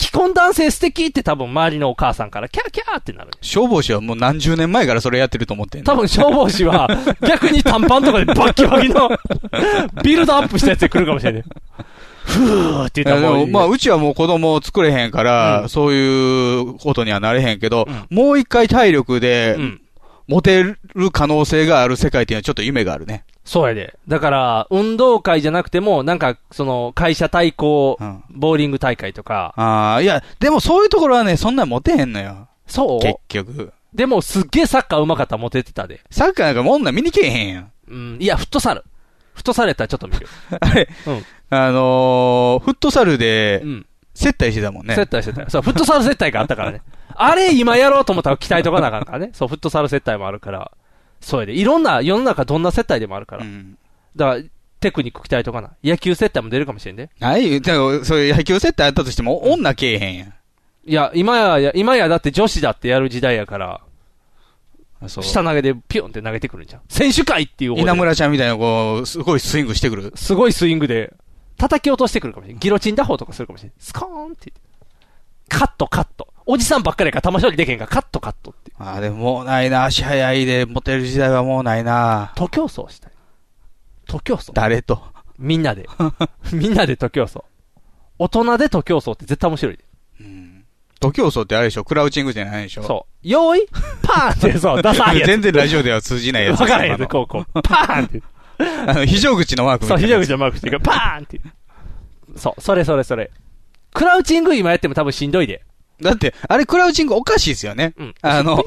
既婚男性素敵って多分周りのお母さんからキャーキャーってなる。消防士はもう何十年前からそれやってると思ってんの多分消防士 は逆に短パンとかでバッキバキのビルドアップしたやつで来るかもしれない。ふーってい言っやたでらもも、う。まあ、うちはもう子供を作れへんから、そういうことにはなれへんけど、もう一回体力で、モテる可能性がある世界っていうのはちょっと夢があるね。そうやで。だから、運動会じゃなくても、なんか、その、会社対抗、ボーリング大会とか、ああ、いや、でもそういうところはね、そんなんモテへんのよ。そう結局。でも、すっげえサッカー上手かったらモテてたで。サッカーなんかもんな見に来えへんやん。うん。いや、フットサル。フットサルやったらちょっと見る。あれ、うんあのー、フットサルで、接待してたもんね。接待してたよ。そう、フットサル接待があった からね。あれ、今やろうと思ったら鍛えとかなあかんからね。そう、フットサル接待もあるから。そうやで。いろんな、世の中どんな接待でもあるから。だから、テクニック鍛えとかな。野球接待も出るかもしれんで。ないだからそういう野球接待あったとしても、女来えへんやん。いや、今やや、今やだって女子だってやる時代やから、そう下投げでピュンって投げてくるんじゃん。選手会っていう方で稲村ちゃんみたいな、こう、すごいスイングしてくる。すごいスイングで、叩き落としてくるかもしれん。ギロチン打法とかするかもしれん。スコーンって言ってカットカット。おじさんばっかりやから玉勝利でけへんからカットカットって。ああ、でももうないな。足早いで、モテる時代はもうないな。徒競走したい。徒競走。誰と。みんな で。みんなで徒競走。大人で徒競走って絶対面白いで。徒競走ってあれでしょクラウチングじゃないでしょそう。用意パーンって、そう、ダサいやつ。全然ラジオでは通じないやつ。わからへんやつ、こうこう。パーンって。あの、非常口のマークみそたう、いなひじ口のマークしてるから、パーンって。そう、それそれそれ。クラウチング今やっても多分しんどいで。だって、あれクラウチングおかしいですよね。あ の、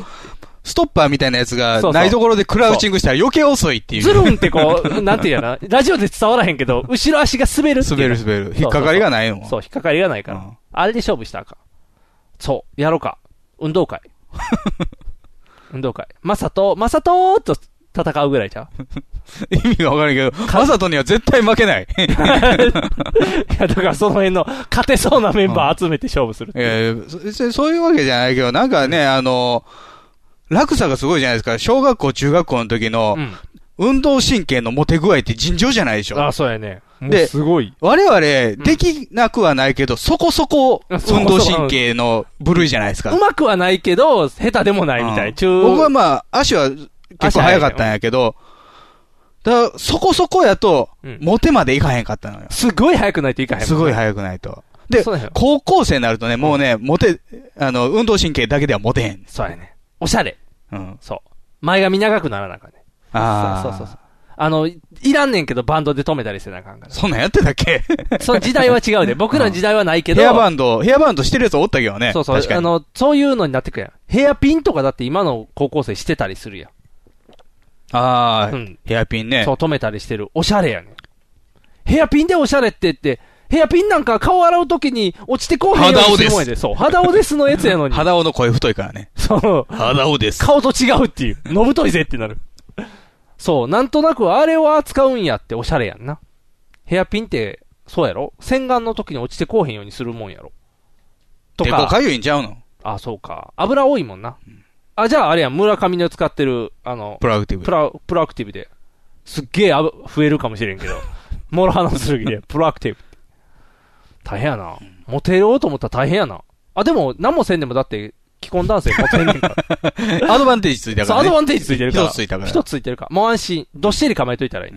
ストッパーみたいなやつそが、うそうないところでクラウチングしたら余計遅いっていう。ズルンってこう、なんていうやな、ラジオで伝わらへんけど、後ろ足が滑るっていう滑る滑る引っかかりがないもんそうそうそう、引っかかりがないから。あれで勝負したらあかん。そう、やろうか。運 動会。運動会。マサと、マサとーっと戦うぐらいじゃ ん。意味がわからんけど、マサトには絶対負けない。いや、だからその辺の勝てそうなメンバー集めて勝負する。えーそそそういうわけじゃないけど、なんかね、あの、落差がすごいじゃないですか。小学校、中学校の時の、運動神経のモテ具合って尋常じゃないでしょ。あ、そうやね。もうで、すごい。我々、できなくはないけど、そこそこ、運動神経の部類じゃないですか。うまくはないけど、下手でもないみたい。中僕はまあ、足は結構速かったんやけど、だからそこそこやと、モテまでいかへんかったのよ。すごい速くないといかへんもんねすごい速くないと。でそうだよ、高校生になるとね、もうね、モテ、あの、運動神経だけではモテへん。そうやね。おしゃれ。うん。そう。前髪長くならなあかんね。ああ。そうそうそうそう。あの、いいらんねんけど、バンドで止めたりしてなあかんから。そんなんやってたっけその時代は違 うで。僕らの時代はないけど。ヘアバンド、ヘアバンドしてるやつおったけどね。そうそう確。かあに。の、そういうのになってくるやん。ヘアピンとかだって今の高校生してたりするやん。ああ、うんヘアピンね。そう、止めたりしてる。おしゃれやねん。ヘアピンでおしゃれって言って、ヘアピンなんか顔洗うときに落ちてこうへんよ肌うにをすでるもんす。やで。そう、肌をですのやつやの に。肌をの声太いからね。そう。肌をです。顔と違うっていう。のぶといぜってなる。そう、なんとなくあれを扱うんやっておしゃれやんな。ヘアピンって、そうやろ洗顔の時に落ちてこうへんようにするもんやろ。とでこか、かゆいんちゃうのあ、そうか。油多いもんな。あ、じゃああれやん、村上の使ってる、あの、プラクティブプラ、プラクティブで。すっげえあぶ増えるかもしれんけど。 モロハの剣で、プラクティブ。大変やな。モテようと思ったら大変やな。あ、でも、何もせんでもだって、既婚男性モテんねんから。アドバンテージついてるからそう、ねアドバンテージついてるから。一つついたから一つついてるから。もう安心。どっしり構えといたらいい。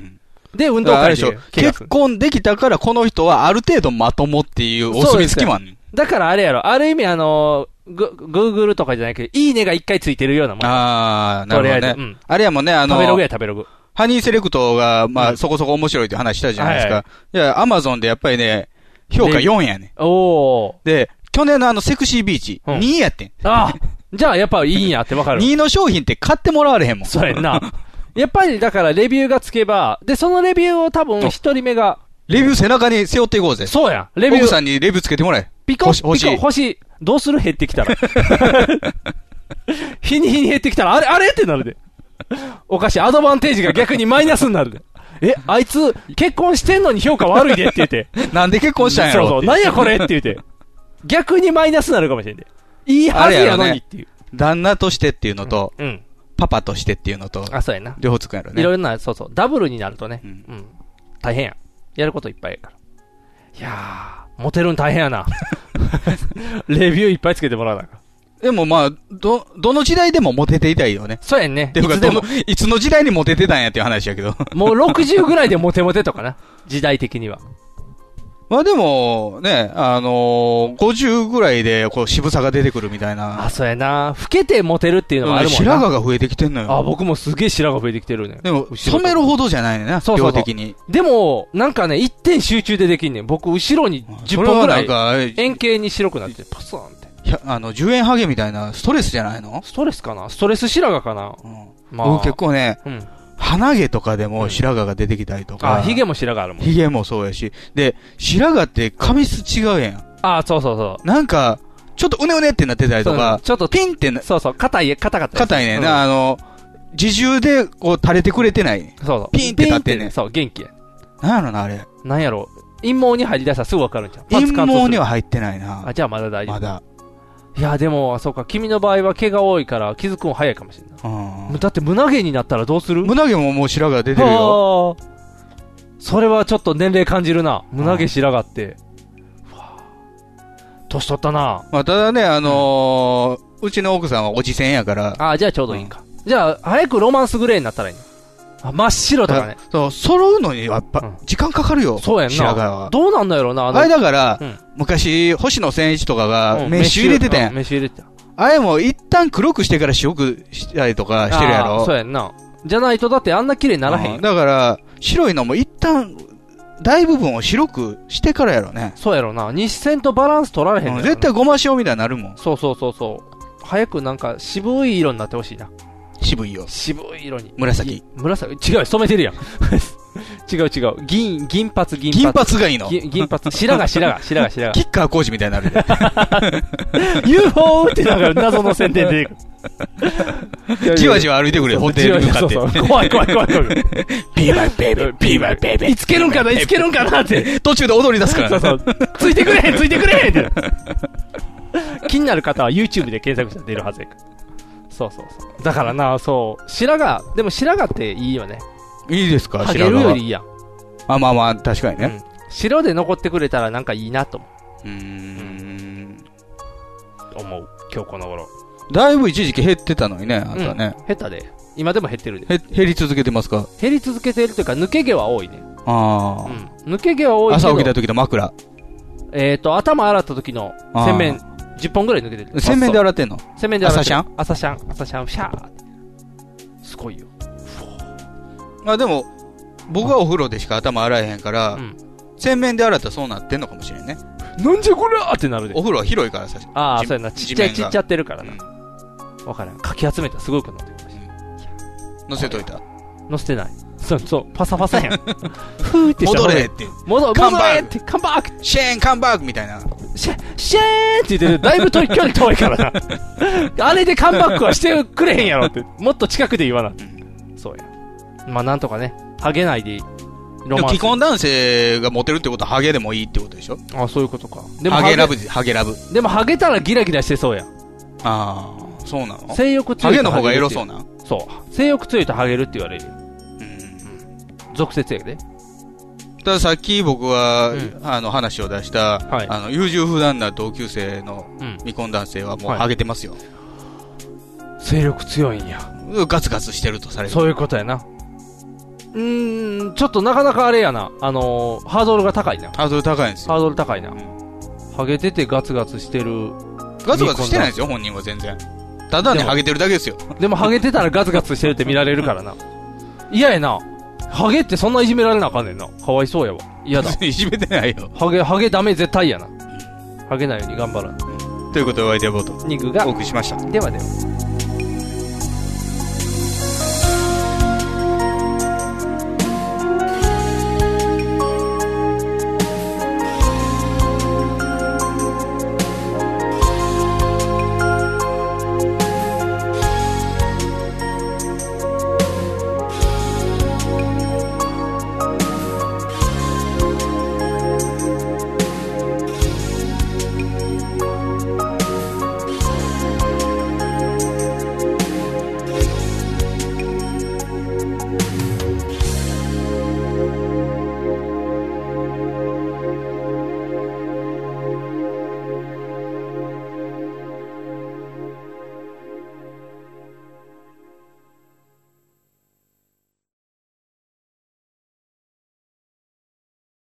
で、運だ動からあれ会でしょで。結婚できたからこの人はある程度まともっていうお墨付きもあんねんだからあれやろ。ある意味、あのー、グ、グーグルとかじゃないけど、いいねが一回ついてるようなもん。ああ、なるとほりあえどずうんね。あれやもんね、あの食べ、ログや、食べログ。ハニーセレクトが、まあ、そこそこ面白いって話したじゃないですはか。いや、アマゾンでやっぱりね、評価レビ4やね。おで、去年のあの、セクシービーチ、2位やってん。 あじゃあやっぱいいんやってわかる。 2位の商品って買ってもらわれへんもん。そうやんな。やっぱりだからレビューがつけば、で、そのレビューを多分一人目が、レビュー背中に背負っていこうぜ。そうやレビュー奥さんにレビューつけてもらえ。ピコ、星ピコ、星星、どうする減って きたら。日に日に減ってきたら、あれ、あれってなるで。おかしい、アドバンテージが逆にマイナスになるで。え、あいつ、結婚してんのに評価悪いでって言 って。なんで結婚したんやろそうそう、なんやこれって言って。逆にマイナスになるかもしれんで。いいあはれずややろのにね。旦那としてっていうのと、うんパパとしてっていうのと、あ、そうやな。両方つくんやろね。いろいろな、そうそう、ダブルになるとね、うん、大変や。やることいっぱいやから。いやー、モテるん大変 やな。レビューいっぱいつけてもらわなあかんでもまあ、ど、どの時代でもモテていたいよね。そうやんね。ていうか、いつでどもの、いつの時代にモテてたんやっていう話やけど。 もう60ぐらいでモテモテとかな。時代的には。まあでも、ね、あのー、50ぐらいで、こう、渋さが出てくるみたいな。あ、そうやな。老けてモテるっていうのもあるもんな。白髪が増えてきてんのよ。あ、僕もすげえ白髪増えてきてるね。でも、染めるほどじゃないねんな、そうそうそう量的に。でも、なんかね、一点集中でできんねん。僕、後ろに10それ本はぐならんかあれい、円形に白くなって、パスーンって。いや、あの、10円ハゲみたいな、ストレスじゃないのストレスかなストレス白髪かなまあ僕結構ね、うん鼻毛とかでも白髪が出てきたりとか。あ、髭も白髪あるもん。ヒゲもそうやし。で、白髪って髪質違うやん。あ、そうそうそう。なんか、ちょっとうねうねってなってたりとか、ちょっとピンってな、そうそう、硬い、硬かった。硬いねんうんな、あの、自重でこう垂れてくれてない。そうそう。ピンって立ってんねんそう、元気や。なんやろな、あれ。なんやろ。陰謀に入り出したらすぐわかるんじゃん。陰毛にはっ入ってないな。あ、じゃあまだ大丈夫。まだ。いや、でも、そうか、君の場合は毛が多いから気づくの早いかもしれない。うん。だって胸毛になったらどうする胸毛ももう白髪出てるよ。よ。それはちょっと年齢感じるな。胸毛白髪って。うわぁ年取ったな。まあ、ただね、あのーうちの奥さんはおじせんやから。あじゃあちょうどいいか。じゃあ、早くロマンスグレーになったらいいのあ真っ白とかね。そう、揃うのにやっぱ、時間かかるよ。そうやんな。白髪は。どうなんだやろうな、あのれだから、うん昔、星野千一とかが、うんメッシュ入れてたや。うんメッシュ入れてた。あれも一旦黒くしてから白くしたりとかしてるやあーろ。そうやんな。じゃないとだってあんな綺麗にならへんようんだから、白いのも一旦、大部分を白くしてからやろね。そうやろな。日線とバランス取られへんのやろな絶対ごま塩みたいになるもん。そうそうそうそう。早くなんか渋い色になってほしいな。渋いよ。渋い色に。紫。紫、違う、染めてるやん。 違う違う。銀、銀髪、銀髪。銀髪がいいの銀銀髪。白髪、白髪、白髪、白キッカー工事みたいに なるよ。髪。UFO ってなんか謎の宣伝出てくる。じわじわ歩いてくれ、ホテルに向かって。そうそう 怖い怖い怖い怖い。ビーバイベイベー、ビーバイベイベー。いつけるんかな、いつけるんかなって。途中で踊り出すからね。そう そう。ついてくれへん、つい てくれへんって。気になる方は YouTube で検索したら出るはずやから。そうそうそう。だからな、そう。白髪、でも白髪っていいよね。いいですかハゲるよりいいやん。あ、まあまあ、確かにね。白で残ってくれたらなんかいいなと思う。うん。思う。今日この頃。だいぶ一時期減ってたのにね、あんたね。うん。下手で。今でも減ってるで。へ減り続けてますか減り続けてるというか、抜け毛は多いね。あ抜け毛は多あ。いけど朝起きた時の枕。えっ、と、頭洗った時のあー洗面、10本ぐらい抜けてる。洗面で洗ってんの洗面で洗ってる。朝シャン朝シャン、朝シャン、シャーってすごいよ。あ、でも、僕はお風呂でしか頭洗えへんから、洗面で洗ったらそうなってんのかもしれんね。なんじゃこりゃーってなるで。お風呂は広いからさ。ああ、地そうやな。ちっちゃ地い面ちがっちゃってるからな。わからん。かき集めたらすごくなってる。乗せといた。乗せてない。そう、そう、パサパ サやん。ふーってした戻れって。戻れカンバーグ戻れって、カンバーグシェーン、カンバーグみたいな。シェ、シェーンって言ってる。だいぶ遠い距離遠いから な。あれでカンバックはしてくれへんやろって。もっと近くで言わな。そうや。まあなんとかね、ハゲないでロでもマン既ス。婚男性がモテるってことはハゲでもいいってことでしょあ、そういうことか。でもハゲラブじ、ハゲラブ。でもハゲたらギラギラしてそうや。ああ、そうなの性欲強ハいゲとの方がエるっロていそうな。そう。性欲強いとハゲるって言われるよ。うん。俗説やで。たださっき僕は、あの話を出した、あの優柔不断な同級生のうん未婚男性はもうはいハゲてますよ、勢力強いんや。ガツガツしてるとされるそういうことやな。うーん、ちょっとなかなかあれやな。あのーハードルが高いな。ハードル高いんですハードル高いな。ハゲててガツガツしてる。ガツガツしてないんですよ本人は全然ただねでもハゲてるだけですよでもハゲてたらガツガツしてるって見られるからな。嫌やな。ハゲってそんないじめられなあかんねんな。かわいそうやわ。嫌だ。 いじめてないよ。ハゲ、ハゲダメ絶対やな。ハゲないように頑張らん。ということでお相手はボート肉がお送りしましたではでは。